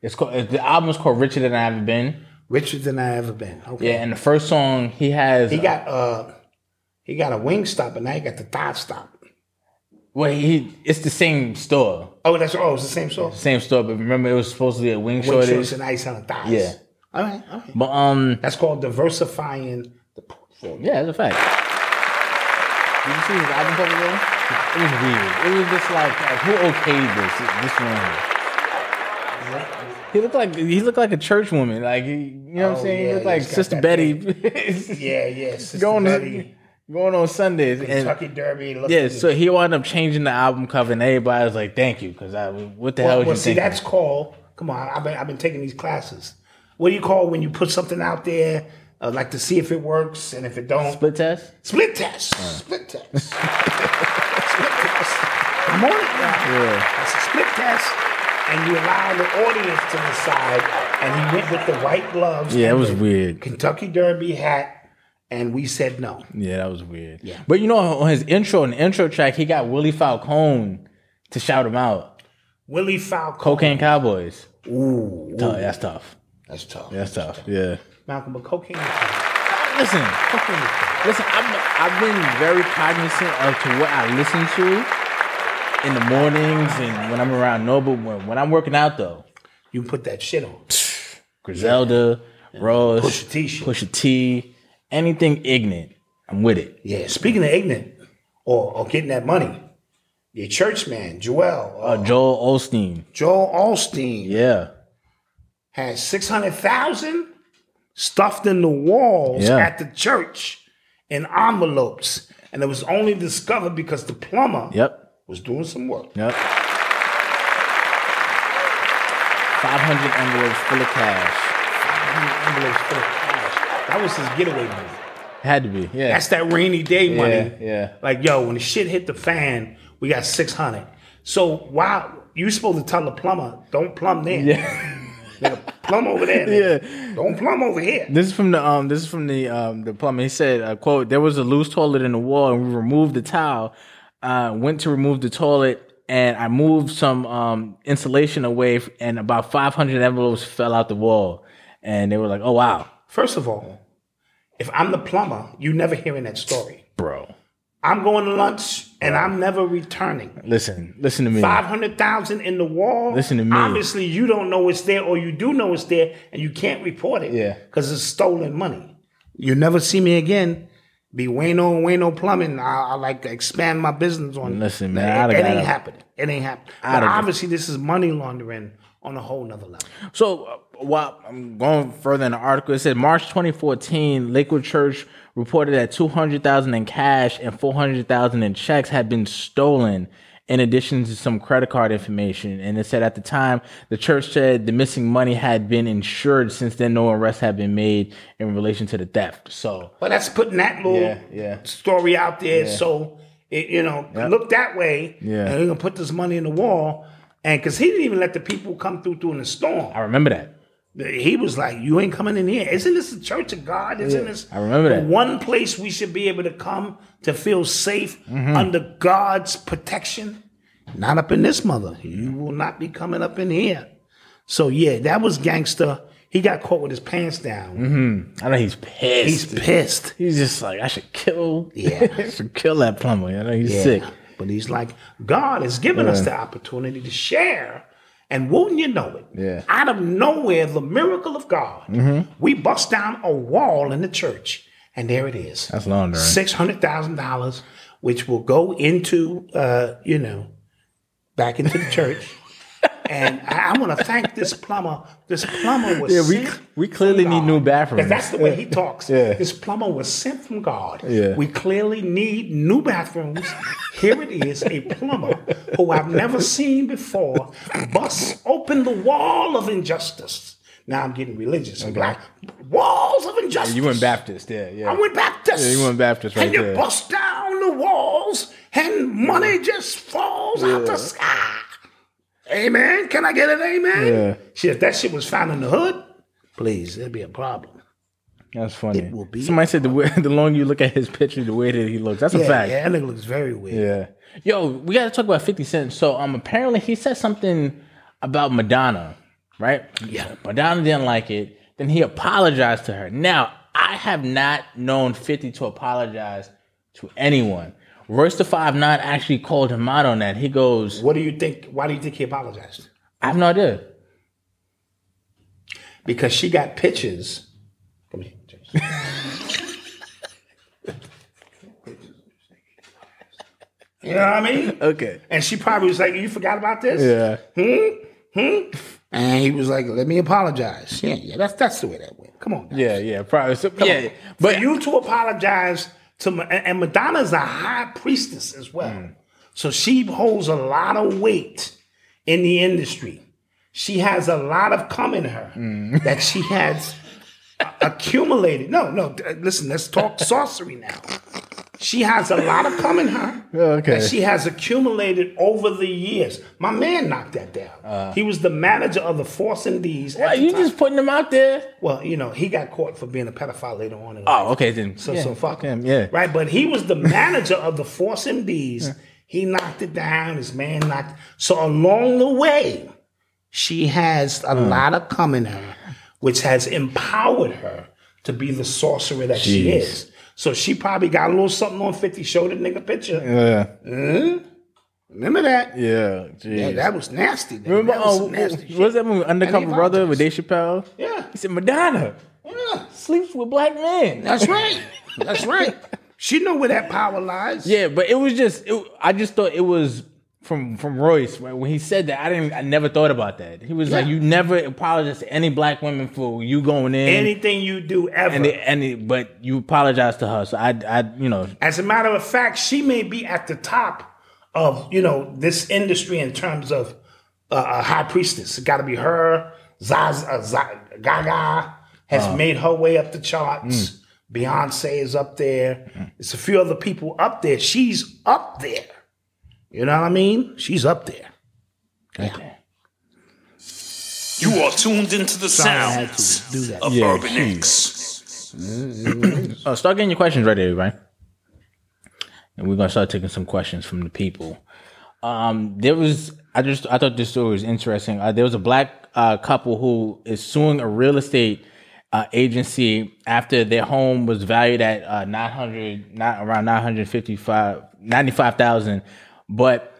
It's called the album's called Richer Than I Ever Been.
Richer than I ever been. Okay.
Yeah, and the first song he has
He got uh he got a wing stop and now he got the thigh stop.
well he it's the same store.
Oh, that's oh, it's the same sauce.
Same store, but remember it was supposed to be a wing
Wing shorts
shortage.
and ice on the thighs.
Yeah.
All right, all right.
But um
That's called diversifying the portfolio.
yeah, that's a fact. Did you see his album cover though? It was weird. It was just like, like, who okayed this this one here? He looked like he looked like a church woman. Like he, you know what
Oh,
I'm saying?
yeah,
he looked
he
like
just got
Sister
that
Betty.
Yeah, yeah. Sister
going
Betty,
on going on Sundays. and-
Kentucky Derby. looking-
Yeah, so he wound up changing the album cover, and everybody was like, "Thank you," because I, what the hell
Well,
was
well,
you
see,
thinking?
that's called. Come on, I've been I've been taking these classes. What do you call when you put something out there, uh, like to see if it works and if it don't? Split,
Split test.
test. Split test. split test. I'm on it now.
Yeah,
That's a split test, and you allow the audience to decide. And he went with the white gloves.
yeah, it
and
was
the
weird.
Kentucky Derby hat, and we said no.
Yeah, that was weird.
Yeah.
but you know, on his intro, and intro track, he got Willie Falcone to shout him out.
Willie Falco.
Cocaine Cowboys.
Ooh,
Tough, that's tough.
that's tough.
That's tough. Yeah.
Malcolm, but cocaine. is tough.
Listen,
Cocaine. is tough.
listen. I've I've been very cognizant of to what I listen to in the mornings and when I'm around Noble. When when I'm working out though,
You put that shit on.
Griselda, Rose,
Pusha T shit.
Pusha T, anything ignorant, I'm with it.
Yeah, speaking of ignorant or, or getting that money, your church man, Joel, uh,
Uh, Joel Osteen,
Joel Alstein,
yeah,
has 600,000 stuffed in the walls
Yeah.
at the church in envelopes. And it was only discovered because the plumber
yep,
was doing some work.
yep. Five hundred envelopes full of cash.
Envelopes full of cash. That was his getaway money.
Had to be, yeah,
That's that rainy day money.
yeah.
Like, yo, when the shit hit the fan, we got 600. So, why? You supposed to tell the plumber, don't plumb there.
yeah.
Nigga, plumb over there. nigga. Don't plumb over here.
This is from the um. This is from the um. The plumber. He said, uh, "quote There was a loose toilet in the wall, and we removed the towel. Uh, went to remove the toilet, and I moved some um insulation away, f- and about 500 envelopes fell out the wall. And they were like, "Oh wow,
First of all, if I'm the plumber, you never hearing that story.
bro,
I'm going to lunch and I'm never returning.
listen, listen to me."
500,000 in the wall.
Listen to me.
Obviously, you don't know it's there or you do know it's there and you can't report it.
Yeah.
Because it's stolen money. You never see me again. Be Wayno and Wayno Plumbing. I, I like to expand my business on
Listen,
it.
man, I'da
It,
got
ain't
a-
happening. It ain't happening.
I'da
But
got-
obviously, this is money laundering on a whole nother level.
So, uh, while I'm going further in the article, it said March 2014, Lakewood Church reported that 200,000 in cash and 400,000 in checks had been stolen, in addition to some credit card information. And it said at the time, the church said the missing money had been insured. Since then, no arrests had been made in relation to the theft. So,
But that's putting that little
Yeah, yeah.
story out there.
Yeah.
So it, you know,
Yep.
look that way.
Yeah.
and we're gonna put this money in the wall. And because he didn't even let the people come through during the storm,
I remember that.
he was like, "You ain't coming in here. Isn't this the Church of God? Isn't this
I remember
the
that.
one place we should be able to come to feel safe
Mm-hmm.
under God's protection? Not up in this mother. You will not be coming up in here." So yeah, that was gangster. He got caught with his pants down.
Mm-hmm. I know he's pissed.
He's pissed.
He's just like, I should kill.
Yeah.
I should kill that plumber. I know he's
Yeah.
sick.
But he's like, God has given us
Yeah.
the opportunity to share. And wouldn't you know it?
Yeah.
Out of nowhere, the miracle of God,
Mm-hmm.
we bust down a wall in the church, and there it is.
That's laundering.
Six hundred thousand dollars, which will go into uh, you know, back into the church. and I, I want to thank this plumber. This plumber was
Yeah, we
sent
we clearly need new bathrooms.
because that's the way he talks.
Yeah.
This plumber was sent from God.
Yeah.
We clearly need new bathrooms. Here it is, a plumber who I've never seen before busts open the wall of injustice. Now I'm getting religious. I'm like, walls of
Yeah,
injustice.
you went Baptist, yeah, yeah.
I went Baptist.
Yeah, you went Baptist right
And you
there.
bust down the walls and money just falls out
Yeah.
the sky. Amen. Can I get an amen?
Yeah.
Shit, if that shit was found in the hood, please, it'd be a problem.
That's funny. Somebody said the way, the longer you look at his picture, the weirder he looks. That's
yeah,
a fact.
Yeah, that nigga looks very weird.
Yeah. Yo, we got to talk about 50 Cent. So, um, apparently he said something about Madonna, right? Yeah. Madonna didn't like it. Then he apologized to her. Now, I have not known 50 to apologize to anyone. Royce the Five Nine actually called him out on that. He goes,
"What do you think? Why do you think he apologized?"
I have no idea.
Because she got pictures. You know what I mean?
Okay.
And she probably was like, "You forgot about this?"
Yeah.
Hmm. Hmm. And he was like, "Let me apologize." Yeah, yeah. That's that's the way that went. Come on.
Yeah, yeah, probably. So,
Come
yeah,
on. But you to apologize to Ma- and and Madonna's a high priestess as well.
Mm.
So she holds a lot of weight in the industry. She has a lot of cum in her
Mm.
that she has accumulated. No, no, th- listen, let's talk sorcery now. She has a lot of cum in her
Okay.
that she has accumulated over the years. My man knocked that down. he was the manager of the Force and D's. Well,
Uh. you just putting him out there.
Well, you know, he got caught for being a pedophile later on. In
Oh, okay, then.
so
Yeah,
so fuck him.
yeah.
Right, but he was the manager of the Force MDs. He knocked it down. His man knocked. So along the way, she has
Mm.
a lot of cum in her, which has empowered her to be the sorcerer that she
Jeez.
is. So she probably got a little something on Fifty. Show the nigga picture.
Yeah.
Mm? Remember that?
Yeah, jeez.
Yeah, that was nasty. nigga.
Remember,
that was
uh,
some nasty.
what was that movie, Undercover Brother, with Dave Chappelle?
Yeah.
He said, Madonna sleeps with black men.
That's right. That's right. She know where that power lies.
Yeah, but it was just, it, I just thought it was from from Royce right? when he said that. I didn't, I never thought about that. He was like,
Yeah.
you never apologize to any black women for you going in.
Anything you do ever.
and, it, and it, but you apologize to her. So I, I, you know,
As a matter of fact, she may be at the top of you know this industry in terms of uh, a high priestess. It got to be her. Zaz, uh, Za- Gaga has
Uh.
made her way up the charts. Beyonce is up there. It's a few other people up there. She's up there. You know what I mean? She's up there.
You are tuned into the
Sorry, I had
sounds
do that.
of
Yeah,
Urban
jeez.
X.
uh, start getting your questions ready, everybody. And we're gonna start taking some questions from the people. Um, there was I just I thought this story was interesting. Uh, there was a black uh, couple who is suing a real estate uh, agency after their home was valued at uh, nine hundred, not around nine hundred fifty five, ninety five thousand, but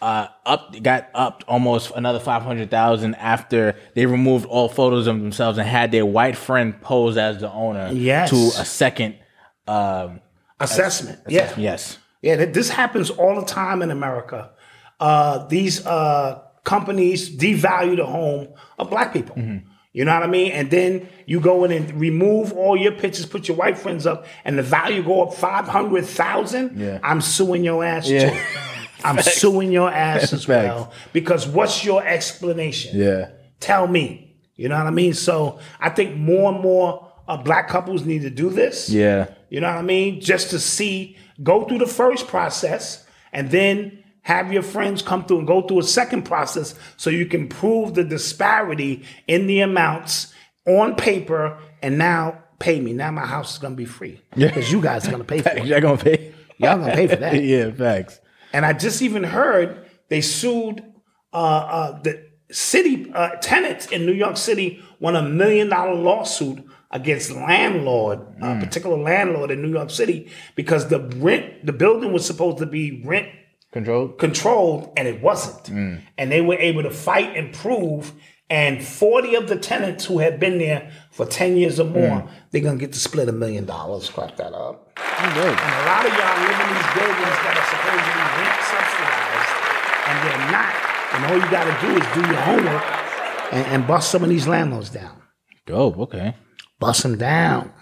uh, up got upped almost another five hundred thousand after they removed all photos of themselves and had their white friend pose as the owner
Yes.
to a second um,
Assessment.
ass-
Yeah.
assessment. Yes.
Yeah, th- this happens all the time in America. Uh, these uh, companies devalue the home of black people.
Mm-hmm.
You know what I mean? And then you go in and remove all your pictures, put your white friends up, and the value go up five hundred thousand.
Yeah.
I'm suing your ass
Yeah.
too. I'm
Facts.
suing your ass as
Facts.
well because what's your explanation?
Yeah.
tell me. You know what I mean? So I think more and more uh, black couples need to do this.
Yeah.
You know what I mean? Just to see, go through the first process and then have your friends come through and go through a second process so you can prove the disparity in the amounts on paper and now pay me. Now my house is going to be free
Yeah.
because you guys are going to pay for it.
Y'all gonna pay?
Y'all gonna pay for that.
yeah, facts.
And I just even heard they sued uh, uh, the city uh, tenants in New York City won a million dollar lawsuit against landlord, a particular landlord in New York City, because the rent, the building was supposed to be rent
Controlled.
controlled, and it wasn't. And they were able to fight and prove. And 40 of the tenants who had been there for 10 years or more, they're going to get to split a million dollars. Clap that up. And a lot of y'all live in these buildings that are supposed to be rent subsidized, and they're not. And all you got to do is do your homework and, and bust some of these landlords down.
Dope. Okay.
Bust them down.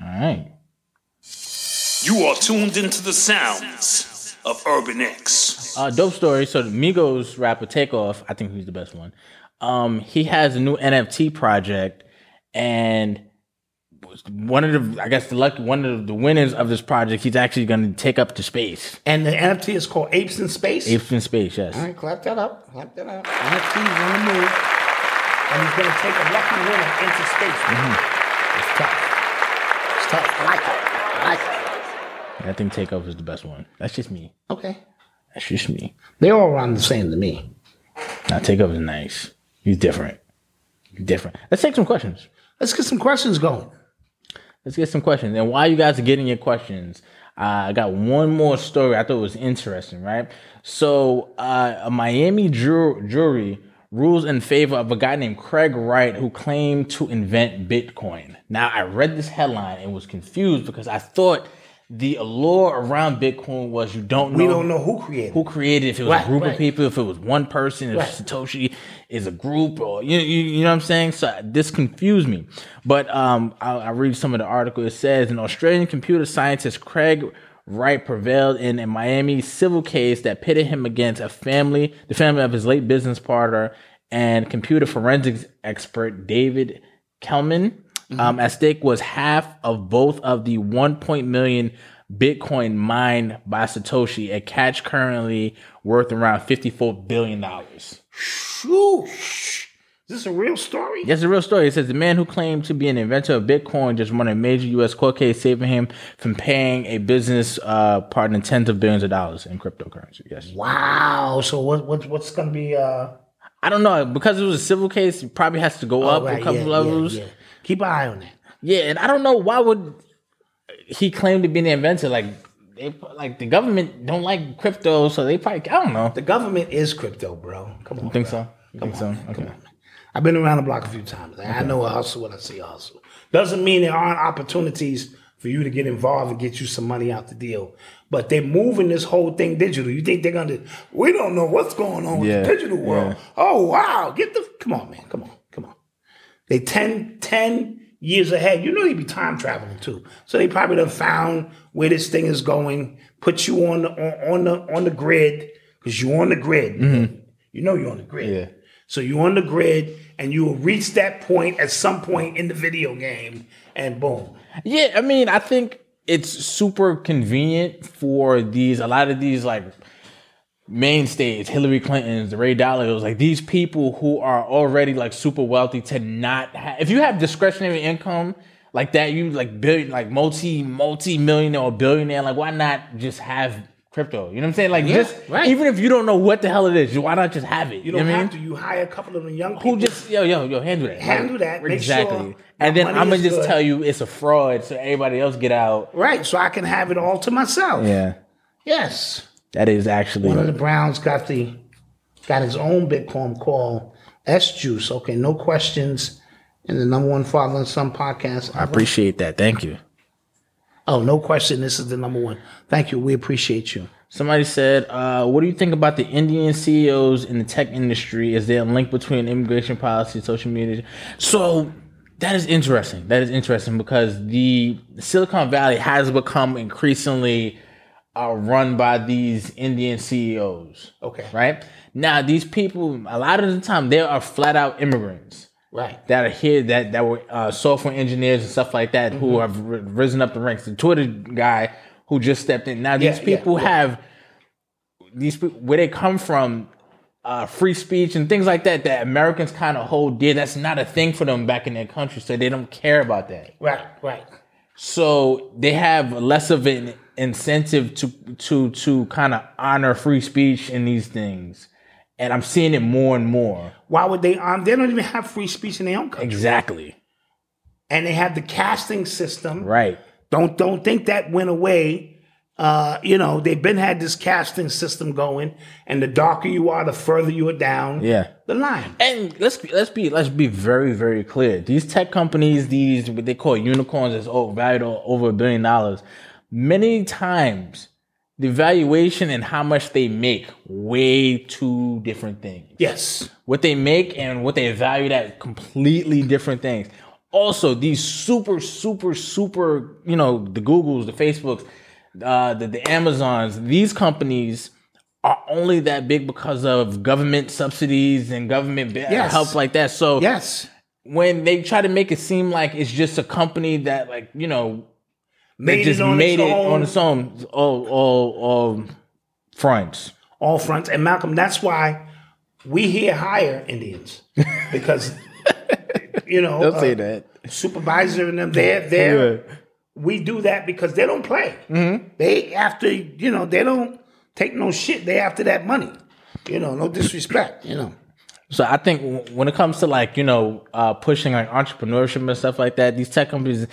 All right.
You are tuned into the sounds of Urban X.
Uh, dope story. So the Migos rapper Takeoff, I think he's the best one. Um, he has a new NFT project, and one of the, I guess the luck, one of the winners of this project, he's actually going to take up the space.
And the NFT is called Apes in Space.
Apes in space, yes.
All right, clap that up. Clap that up. NFT's on the move. And he's going to take a lucky winner into space. It's tough. It's tough. I like it. I like it.
I think Takeoff is the best one. That's just me.
Okay.
That's just me.
They all run the same to me.
Now Takeoff is nice. He's different. He's different. Let's take some questions.
Let's get some questions going.
Let's get some questions. And while you guys are getting your questions, uh, I got one more story I thought was interesting, right? So, uh, a Miami ju- jury rules in favor of a guy named Craig Wright who claimed to invent Bitcoin. Now, I read this headline and was confused because I thought the allure around Bitcoin was you don't know
We don't know who created
who created if it was
Right,
a group
right.
of people if it was one person if
Right.
satoshi is a group or you, you, you know what i'm saying so this confused me but um, I, I read some of the article it says an australian computer scientist craig wright prevailed in a miami civil case that pitted him against a family the family of his late business partner and computer forensics expert david kelman um, at stake was half of both of the 1. point million Bitcoin mined by Satoshi, a catch currently worth around $54 billion. Yes,
Shoosh. Is this a real story?
it's a real story. It says the man who claimed to be an inventor of Bitcoin just won a major U.S. court case, saving him from paying a business uh, partner tens of billions of dollars in cryptocurrency. Yes.
Wow. So what, what what's gonna be uh
I don't know. Because it was a civil case, it probably has to go
oh,
up
right,
a couple
yeah, yeah,
levels.
yeah. Keep an eye on that.
Yeah, and I don't know why would he claim to be an inventor. Like, they, like the government don't like crypto, so they probably I don't know.
The government is crypto, bro. Come on.
You think
bro.
so? You think so? Okay.
I've been around the block a few times. I know a hustle when I see a hustle. Doesn't mean there aren't opportunities for you to get involved and get you some money out the deal. But they're moving this whole thing digital. You think they're gonna we don't know what's going on
Yeah,
with the digital world.
yeah.
Oh wow, get the come on, man. Come on, come on. They 10, 10 years ahead. You know they be time traveling too. So they probably done found where this thing is going, put you on the on, on the on the grid, because you're on the grid. You know you're on the grid.
Mm-hmm. Yeah.
So you're on the grid and you will reach that point at some point in the video game and boom.
Yeah, I mean, I think it's super convenient for these a lot of these like mainstays, Hillary Clinton's, the Ray Dalios, like these people who are already like super wealthy to not have if you have discretionary income like that, you like billion like multi multi millionaire or billionaire, like why not just have crypto? You know what I'm saying? Like just
right.
even if you don't know what the hell it is, why not just have it?
You don't
know what I
have
mean?
to. You hire a couple of them young people.
Who just yo yo yo handle that?
Handle that, make sure
exactly.
my
and then
money
I'm gonna
is
just
good.
tell you it's a fraud, so everybody else get out.
Right, so I can have it all to myself.
Yeah,
Yes.
that is actually
One of the Browns got the got his own Bitcoin called S Juice. Okay, no questions. And the number one father and son podcast.
I appreciate that. Thank you.
Oh, no question. This is the number one. Thank you. We appreciate you.
Somebody said, uh, "What do you think about the Indian CEOs in the tech industry? Is there a link between immigration policy, social media?" So that is interesting. That is interesting because the Silicon Valley has become increasingly uh, run by these Indian E CEOs.
Okay.
Right now, these people, a lot of the time, they are flat out immigrants
Right.
that are here that that were uh, software engineers and stuff like that who
Mhm.
have r- risen up the ranks. The Twitter guy who just stepped in. Now these
Yeah, yeah,
people
yeah.
have these people where they come from. Uh, free speech and things like that that Americans kind of hold dear. That's not a thing for them back in their country, so they don't care about that.
Right. Right.
So they have less of an incentive to to to kind of honor free speech and these things, and I'm seeing it more and more.
Why would they? Um, they don't even have free speech in their own country,
Exactly.
and they have the casting system.
Right.
Don't don't think that went away. Uh, you know, they've been had this casting system going, and the darker you are, the further you are down
Yeah.
the line.
And let's be, let's be let's be very very clear. These tech companies, these what they call unicorns, that's oh, valued o- over a billion dollars. Many times, the valuation and how much they make way two different things.
Yes.
What they make and what they value at completely different things. Also, these super super super you know the Googles, the Facebooks, uh, the the Amazons, these companies are only that big because of government subsidies and government ba-
Yes.
help like that. So
Yes.
when they try to make it seem like it's just a company that like you know they
Made it
just
on
made
its
it
own.
on its own, all all all fronts.
all fronts. And Malcolm, that's why we here hire Indians because you know
Don't say
uh,
that.
supervisor and them they're they're we do that because they don't play.
Mm-hmm.
They after you know they don't take no shit. They after that money. You know, no disrespect. You know,
So I think w- when it comes to like you know uh, pushing like entrepreneurship and stuff like that, these tech companies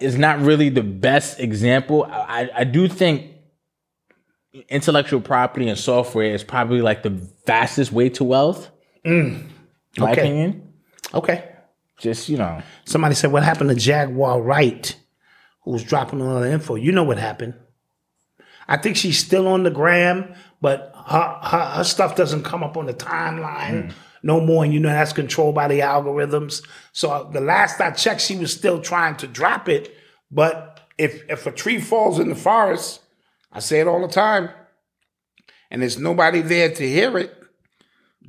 is not really the best example. I, I- I do think intellectual property and software is probably like the fastest way to wealth. Mm. in My
Okay.
opinion.
Okay.
Just you know.
Somebody said, "What happened to Jaguar Wright, who was dropping all the info?" You know what happened. I think she's still on the gram, but her her, her stuff doesn't come up on the timeline no more. And you know that's controlled by the algorithms. So uh, the last I checked, she was still trying to drop it. But if if a tree falls in the forest, I say it all the time, and there's nobody there to hear it,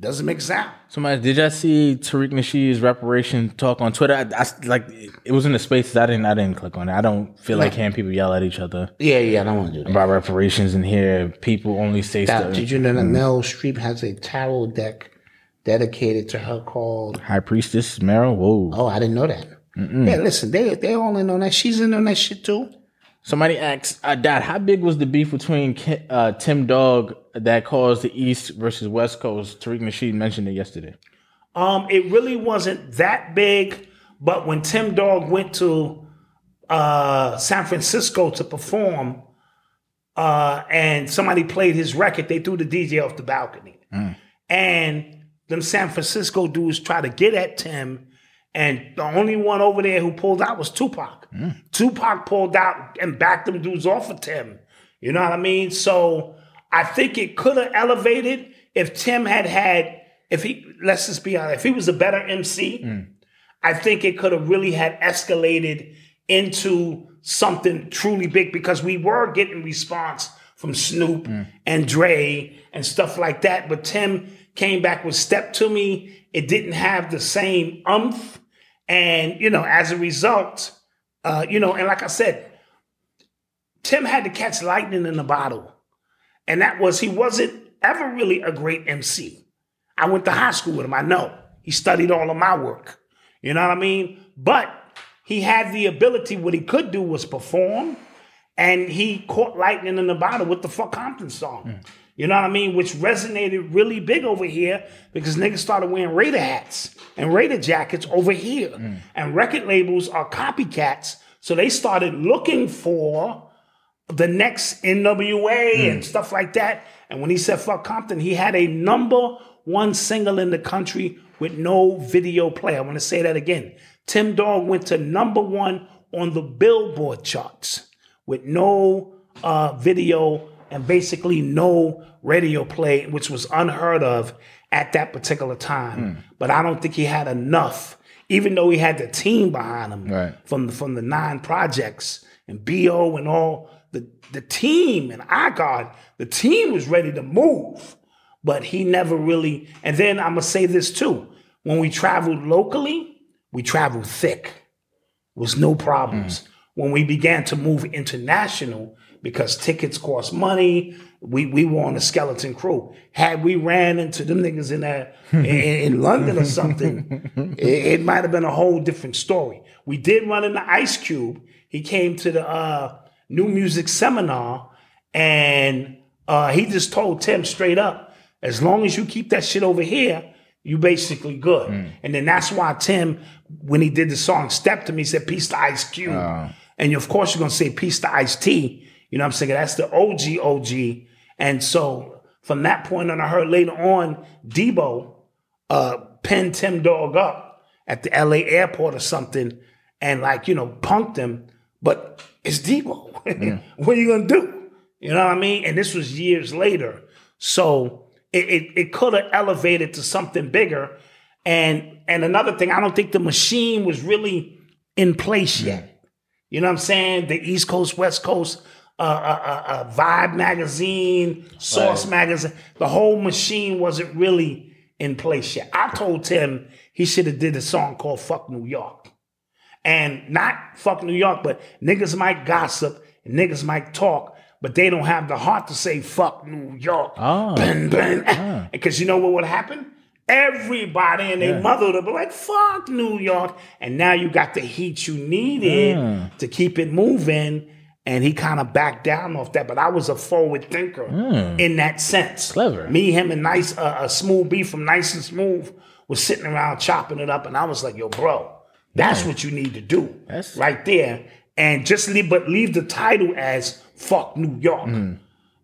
doesn't make sound.
Somebody, did y'all see Tariq Nasheed's reparation talk on Twitter? I, I s- like it was in the spaces. I didn't. I didn't click on it. I don't feel like
No.
hearing people yell at each other
Yeah, yeah, I don't want to do that.
about reparations in here. People only say
Now,
stuff.
did you know that Meryl Streep has a tarot deck dedicated to her called?
High Priestess Meryl. Whoa.
Oh, I didn't know that.
Mm-mm.
Yeah, listen, they they all in on that. She's in on that shit too.
Somebody asks, uh, Dad, how big was the beef between Ki- uh, Tim Dog that caused the East versus West Coast? Tariq Nasheed mentioned it yesterday.
Um, it really wasn't that big, but when Tim Dog went to uh, San Francisco to perform, uh, and somebody played his record, they threw the DJ off the balcony. And them San Francisco dudes tried to get at Tim, and the only one over there who pulled out was Tupac. Tupac pulled out and backed them dudes off of Tim. You know what I mean? So I think it could have elevated if Tim had had, if he, let's just be honest, if he was a better MC, I think it could have really had escalated into something truly big because we were getting response from Snoop and Dre and stuff like that. But Tim came back with Step to Me. It didn't have the same umph. And, you know, as a result, uh, you know, and like I said, Tim had to catch lightning in a bottle. And that was, he wasn't ever really a great MC. I went to high school with him. I know. He studied all of my work. You know what I mean? But he had the ability, what he could do was perform, and he caught lightning in the bottle with the Fuck Compton song. You know what I mean? Which resonated really big over here because niggas started wearing Raider hats and Raider jackets over here. And record labels are copycats. So they started looking for the next NWA and stuff like that. And when he said fuck Compton, he had a number one single in the country with no video play. I want to say that again. Tim Dog went to number one on the Billboard charts with no uh, video and basically no radio play, which was unheard of at that particular time. But I don't think he had enough, even though he had the team behind him
Right.
from the from the nine projects and Bo and all the the team and I God, the team was ready to move, but he never really. And then I'm gonna say this too: when we traveled locally, we traveled thick was no problems. When we began to move international, because tickets cost money, we, we were on a skeleton crew. Had we ran into them niggas in there in, in London or something, it, it might have been a whole different story. We did run into Ice Cube. He came to the uh, new music seminar, and uh, he just told Tim straight up, as long as you keep that shit over here, you basically good. And then that's why Tim, when he did the song Step to Me, said Peace to Ice Cube. And of course you're gonna say Peace to Ice T. You know what I'm saying? That's the OG OG. And so from that point on, I heard later on Debo uh pinned Tim Dog up at the LA airport or something and like, you know, punked him. But it's Debo. what are you gonna do? You know what I mean? And this was years later. So it, it, it could have elevated to something bigger. And and another thing, I don't think the machine was really in place yet. You know what I'm saying? The East Coast, West Coast, uh, uh, uh, uh, Vibe magazine, Source
Right.
magazine. The whole machine wasn't really in place yet. I told Tim he should have did a song called "Fuck New York," and not "Fuck New York," but niggas might gossip, niggas might talk, but they don't have the heart to say "Fuck New York."
Oh.
Bang, bang. Because you know what would happen? Everybody and their
Ah. Yeah.
mother would be like, fuck New York. And now you got the heat you needed
Mm.
to keep it moving. And he kind of backed down off that. But I was a forward thinker
Mm.
in that sense.
Clever.
Me, him, and Nice, uh, uh, Smooth B from Nice and Smooth was sitting around chopping it up. And I was like, yo, bro, that's what you need to do right there. And just leave, but leave the title as fuck New York.
Hmm.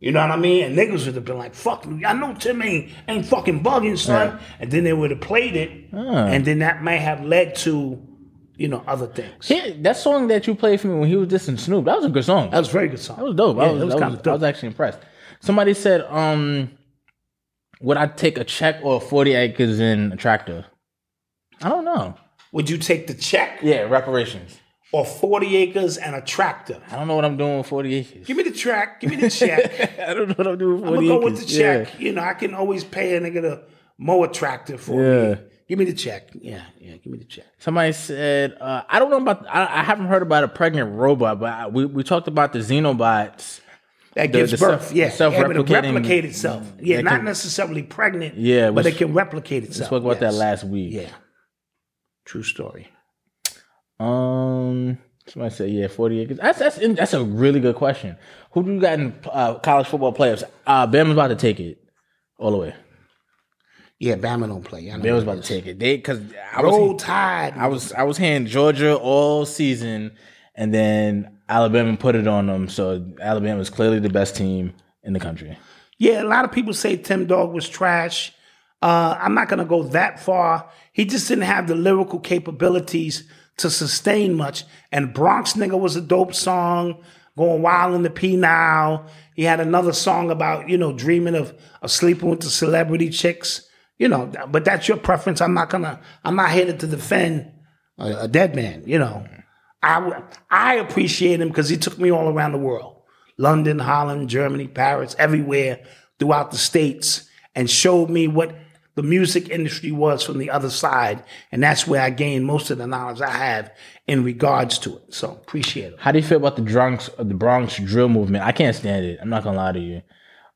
You know what I mean? And niggas would have been like, fuck New York. I know Tim ain't, ain't fucking bugging, son. And then they would have played it. And then that may have led to, you know, other things.
He- that song that you played for me when he was dissing Snoop, that was a good song. That
was a very good song.
That was dope.
Yeah,
I was,
that was
I,
kinda
was, I was actually impressed. Somebody said, um, would I take a check or 40 acres in a tractor? I don't know.
Would you take the check?
Yeah, reparations.
Or 40 acres and a tractor.
I don't know what I'm doing with 40 acres.
Give me the track. Give me the check.
I don't know what I'm doing with
I'm
40
going to
acres.
go with the check.
Yeah.
You know, I can always pay a nigga to mow a tractor for
Yeah.
me. Give me the check. Yeah, yeah, give me the check.
Somebody said, uh, I don't know about, I, I haven't heard about a pregnant robot, but I, we, we talked about the xenobots.
That
The-
gives
the
birth,
self-
yeah.
the self-replicating- Mm-hmm.
Able to replicate itself. Yeah,
that
not
can-
necessarily pregnant,
Yeah,
but
we
it
s-
can replicate
We
itself.
spoke about that
yes.
last week.
Yeah. True story.
Um, somebody said, yeah, 40 acres. That's that's in, that's a really good question. Who do you got in uh, college football playoffs? Uh, Bama's about to take it all the way.
Yeah, Bama don't play. I know
Bama's about to take it. They because I
Roll
was
Tide.
I was I was hearing Georgia all season, and then Alabama put it on them. So Alabama's clearly the best team in the country.
Yeah, a lot of people say Tim Dog was trash. Uh, I'm not going to go that far. He just didn't have the lyrical capabilities to sustain much. And Bronx Nigga was a dope song, going wild in the P now. He had another song about, you know, dreaming of, of sleeping with the celebrity chicks. You know, but that's your preference. I'm not gonna. I'm not here to defend a, a dead man. You know, I w- I appreciate him because he took me all around the world. London, Holland, Germany, Paris, everywhere throughout the states, and showed me what the music industry was from the other side. And that's where I gained most of the knowledge I have in regards to it. So appreciate it.
How do you feel about the drunks, the Bronx drill movement? I can't stand it. I'm not gonna lie to you.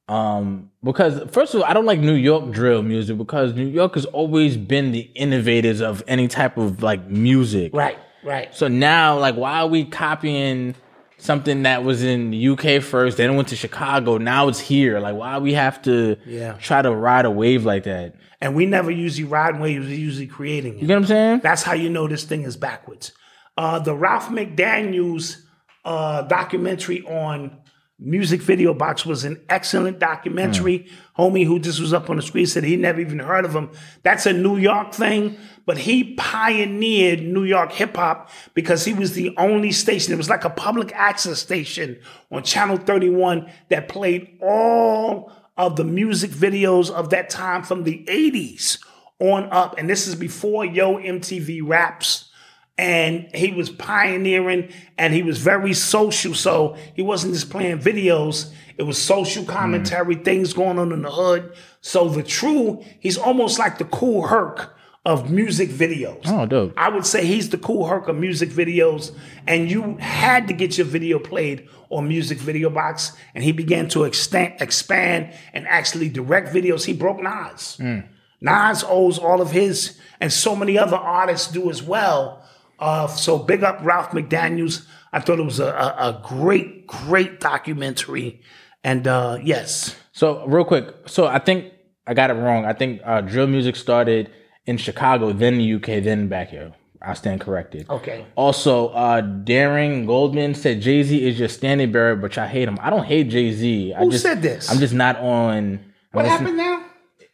Um, because first of all, I don't like New York drill music because New York has always been the innovators of any type of like music.
Right, right.
So now, like, why are we copying something that was in the UK first? Then it went to Chicago. Now it's here. Like, why we have to
Yeah.
try to ride a wave like that?
And we never usually ride waves, we're usually creating it.
You get what I'm saying?
That's how you know this thing is backwards. Uh, the Ralph McDaniels uh, documentary on Music Video Box was an excellent documentary. Homie who just was up on the screen said he never even heard of him. That's a New York thing, but he pioneered New York hip hop because he was the only station. It was like a public access station on Channel 31 that played all of the music videos of that time from the 80s on up. And this is before Yo MTV Raps and he was pioneering and he was very social so he wasn't just playing videos it was social commentary things going on in the hood so the true he's almost like the cool herc of music videos
Oh, dope.
I would say he's the cool Herc of music videos, and you had to get your video played on Music Video Box, and he began to extend, expand and actually direct videos. He broke Nas.
Mm.
Nas owes all of his, and so many other artists do as well. Uh, so big up Ralph McDaniels. I thought it was a, a, a great, great documentary. And uh, yes,
So real quick, so I think I got it wrong. I think uh, drill music started in Chicago, then the UK, then back here. I stand corrected.
okay.
Also, uh, Daring Goldman said Jay Z is your standing bearer, but I hate him. I don't hate Jay Z.
Who said this?
I'm just not on.
What
I'm just,
happened now?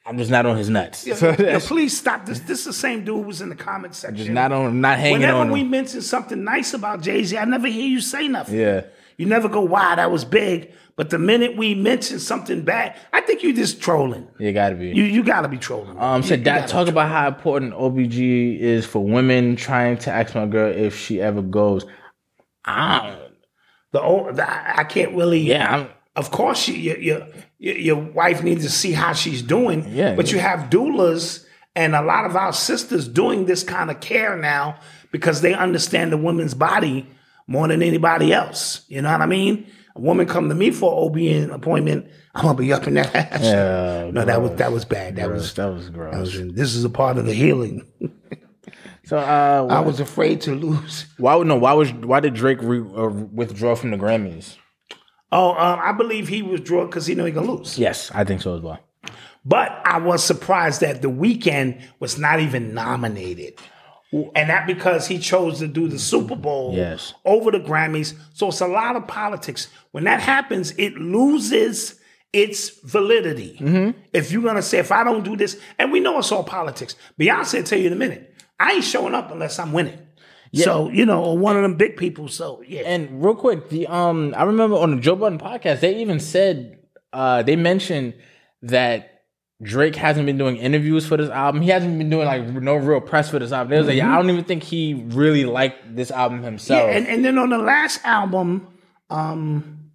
I'm just not on his nuts.
Yeah,
So
yeah,
that's
please stop this. This is the same dude who was in the comment section.
just not on. Not hanging
Whenever
on.
we
him.
mention something nice about Jay Z, I never hear you say nothing.
Yeah.
You never go, wow, that was big. But the minute we mention something bad, I think you just trolling.
You gotta be.
You you gotta be trolling.
Um,
You-
said
you
that
gotta
talk
be
about how important OBG is for women trying to ask my girl if she ever goes. I don't,
the, old, the I I can't really.
yeah, I'm,
Of course, you, your your your your wife needs to see how she's doing.
Yeah,
but
yeah.
you have doulas and a lot of our sisters doing this kind of care now because they understand the woman's body more than anybody else. You know what I mean? A woman come to me for OBN appointment, I'm gonna be up in that ass.
Yeah,
no, that was
gross.
that was bad. That
gross.
was
that was gross.
that was. This is a part of the healing.
so uh,
I was afraid to lose.
why would no? Why was why did Drake re, uh, withdraw from the Grammys?
Oh, um, I believe he was drunk because he knew he gonna lose.
Yes, I think so as well.
But I was surprised that the weekend was not even nominated. And that because he chose to do the Super Bowl
Yes.
over the Grammys. So it's a lot of politics. When that happens, it loses its validity. If you're gonna say, if I don't do this, and we know it's all politics. Beyonce will tell you in a minute, I ain't showing up unless I'm winning. So, you know, or one of them big people. So yeah.
And real quick, the um, I remember on the Joe Budden podcast, they even said uh, they mentioned that Drake hasn't been doing interviews for this album. He hasn't been doing like no real press for this album. They was like, I don't even think he really liked this album himself.
Mm-hmm. Yeah, and, and then on the last album, um,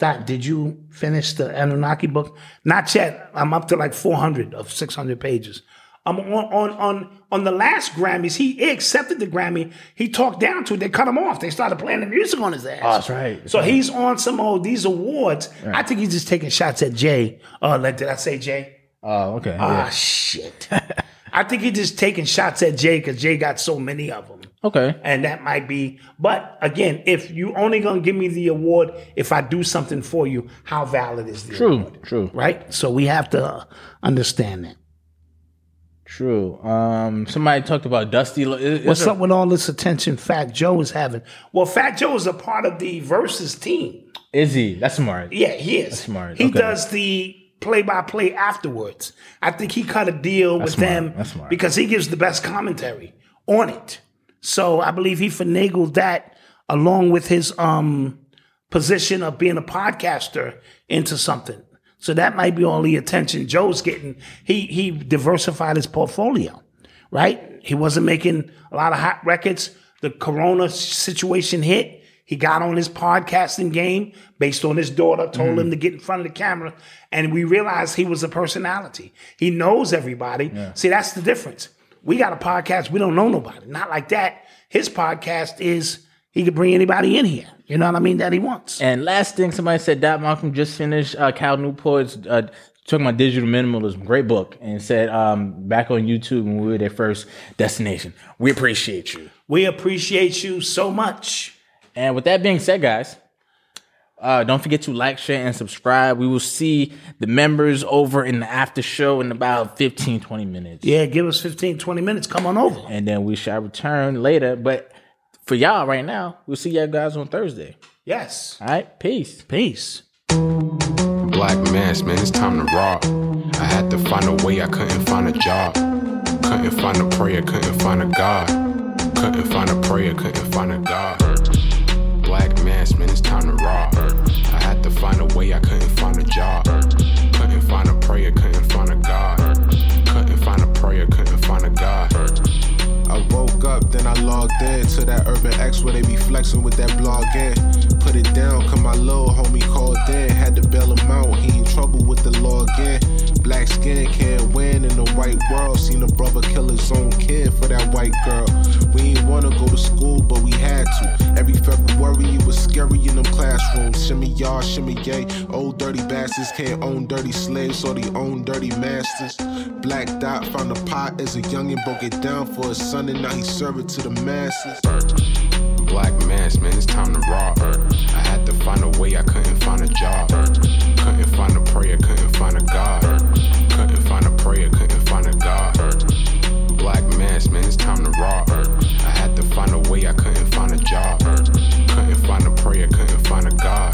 Doc, did you finish the Anunnaki book? Not yet. I'm up to like 400 of 600 pages. Um, on on on on the last Grammys, he, he accepted the Grammy. He talked down to it. They cut him off. They started playing the music on his ass.
Oh, that's right. That's
So
right.
he's on some of these awards. I think he's just taking shots at Jay. Uh, like, did I say Jay?
oh, okay.
Ah,
yeah.
shit. I think he's just taking shots at Jay because Jay got so many of them
Okay.
and that might be but again if you only gonna give me the award if i do something for you how valid is the award,
True. True.
right so we have to understand that
True. Um, somebody talked about Dusty. Lo- is- is
what's
there-
up with all this attention fat joe is having well fat joe is a part of the versus team
Izzy, that's smart.
yeah he is
smart.
he
Okay.
does the play-by-play afterwards i think he cut a deal with
smart.
them
That's smart.
because he gives the best commentary on it so i believe he finagled that along with his um position of being a podcaster into something. So that might be all the attention Joe's getting. He he diversified his portfolio, right? He wasn't making a lot of hot records. The corona situation hit. He got on his podcasting game based on his daughter, told him to get in front of the camera, and we realized he was a personality. He knows everybody. See, that's the difference. We got a podcast, we don't know nobody. Not like that. His podcast is he could bring anybody in here. You know what I mean? That he wants.
And last thing, somebody said that Malcolm just finished uh, Cal Newport's uh, talking about digital minimalism, great book, and said um, back on YouTube when we were their first destination. We appreciate you.
We appreciate you so much.
And with that being said, guys, uh, don't forget to like, share, and subscribe. We will see the members over in the after show in about 15, 20 minutes.
Yeah, give us 15, 20 minutes. Come on over.
And then we shall return later. But for y'all right now, we'll see y'all guys on Thursday.
Yes.
All right. Peace.
Peace.
Black mass, man, it's time to rock. I had to find a way, I couldn't find a job. Couldn't find a prayer, couldn't find a God. Couldn't find a prayer, couldn't find a God. Black mass, man, it's time to rock. I had to find a way, I couldn't find a job. Couldn't find a prayer, couldn't find a God. Couldn't find a prayer, couldn't find a God.
I woke up, then I logged in to that Urban X where they be flexing with that blog in. Put it down, cause my little homie called in. Had to bail him out, he in trouble with the law again. Black skin can't win in the white world. Seen a brother kill his own kid for that white girl. We ain't wanna go to school, but we had to. Every February it was scary in them classrooms. Shimmy y'all, shimmy yay. Old dirty bastards can't own dirty slaves or they own dirty masters. Black Dot found a pot as a youngin', broke it down for his son, and now he serve it to the masses.
Black mass, man, it's time to raw. I had to find a way, I couldn't find a job. Couldn't find a prayer, couldn't find a God. Couldn't find a prayer, couldn't find a God. Black mass, man, it's time to raw. I had to find a way, I couldn't find a job. Couldn't find a prayer, couldn't find a God.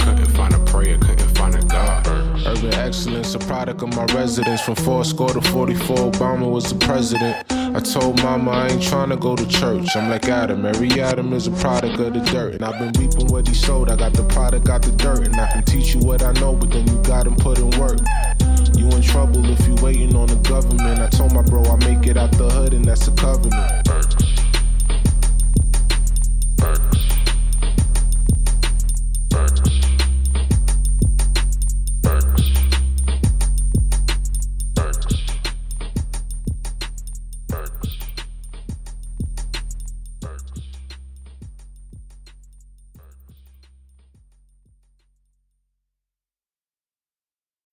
Couldn't find a prayer, couldn't find a God.
Urban excellence, a product of my residence. From four score to 44, Obama was the president. I told mama I ain't tryna go to church. I'm like Adam, every Adam is a product of the dirt. And I've been reaping what he sowed. I got the product, got the dirt. And I can teach you what I know, but then you got him put in work. You in trouble if you waiting on the government. I told my bro I make it out the hood, and that's a covenant.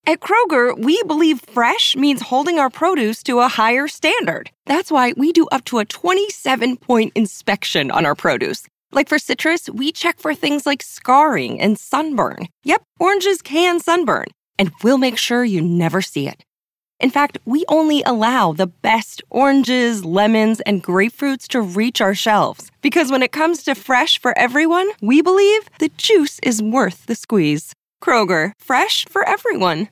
At Kroger, we believe fresh means holding our produce to a higher standard. That's why we do up to a 27 point inspection on our produce. Like for citrus, we check for things like scarring and sunburn. Yep, oranges can sunburn, and we'll make sure you never see it. In fact, we only allow the best oranges, lemons, and grapefruits to reach our shelves. Because when it comes to fresh for everyone, we believe the juice is worth the squeeze. Kroger, fresh for everyone.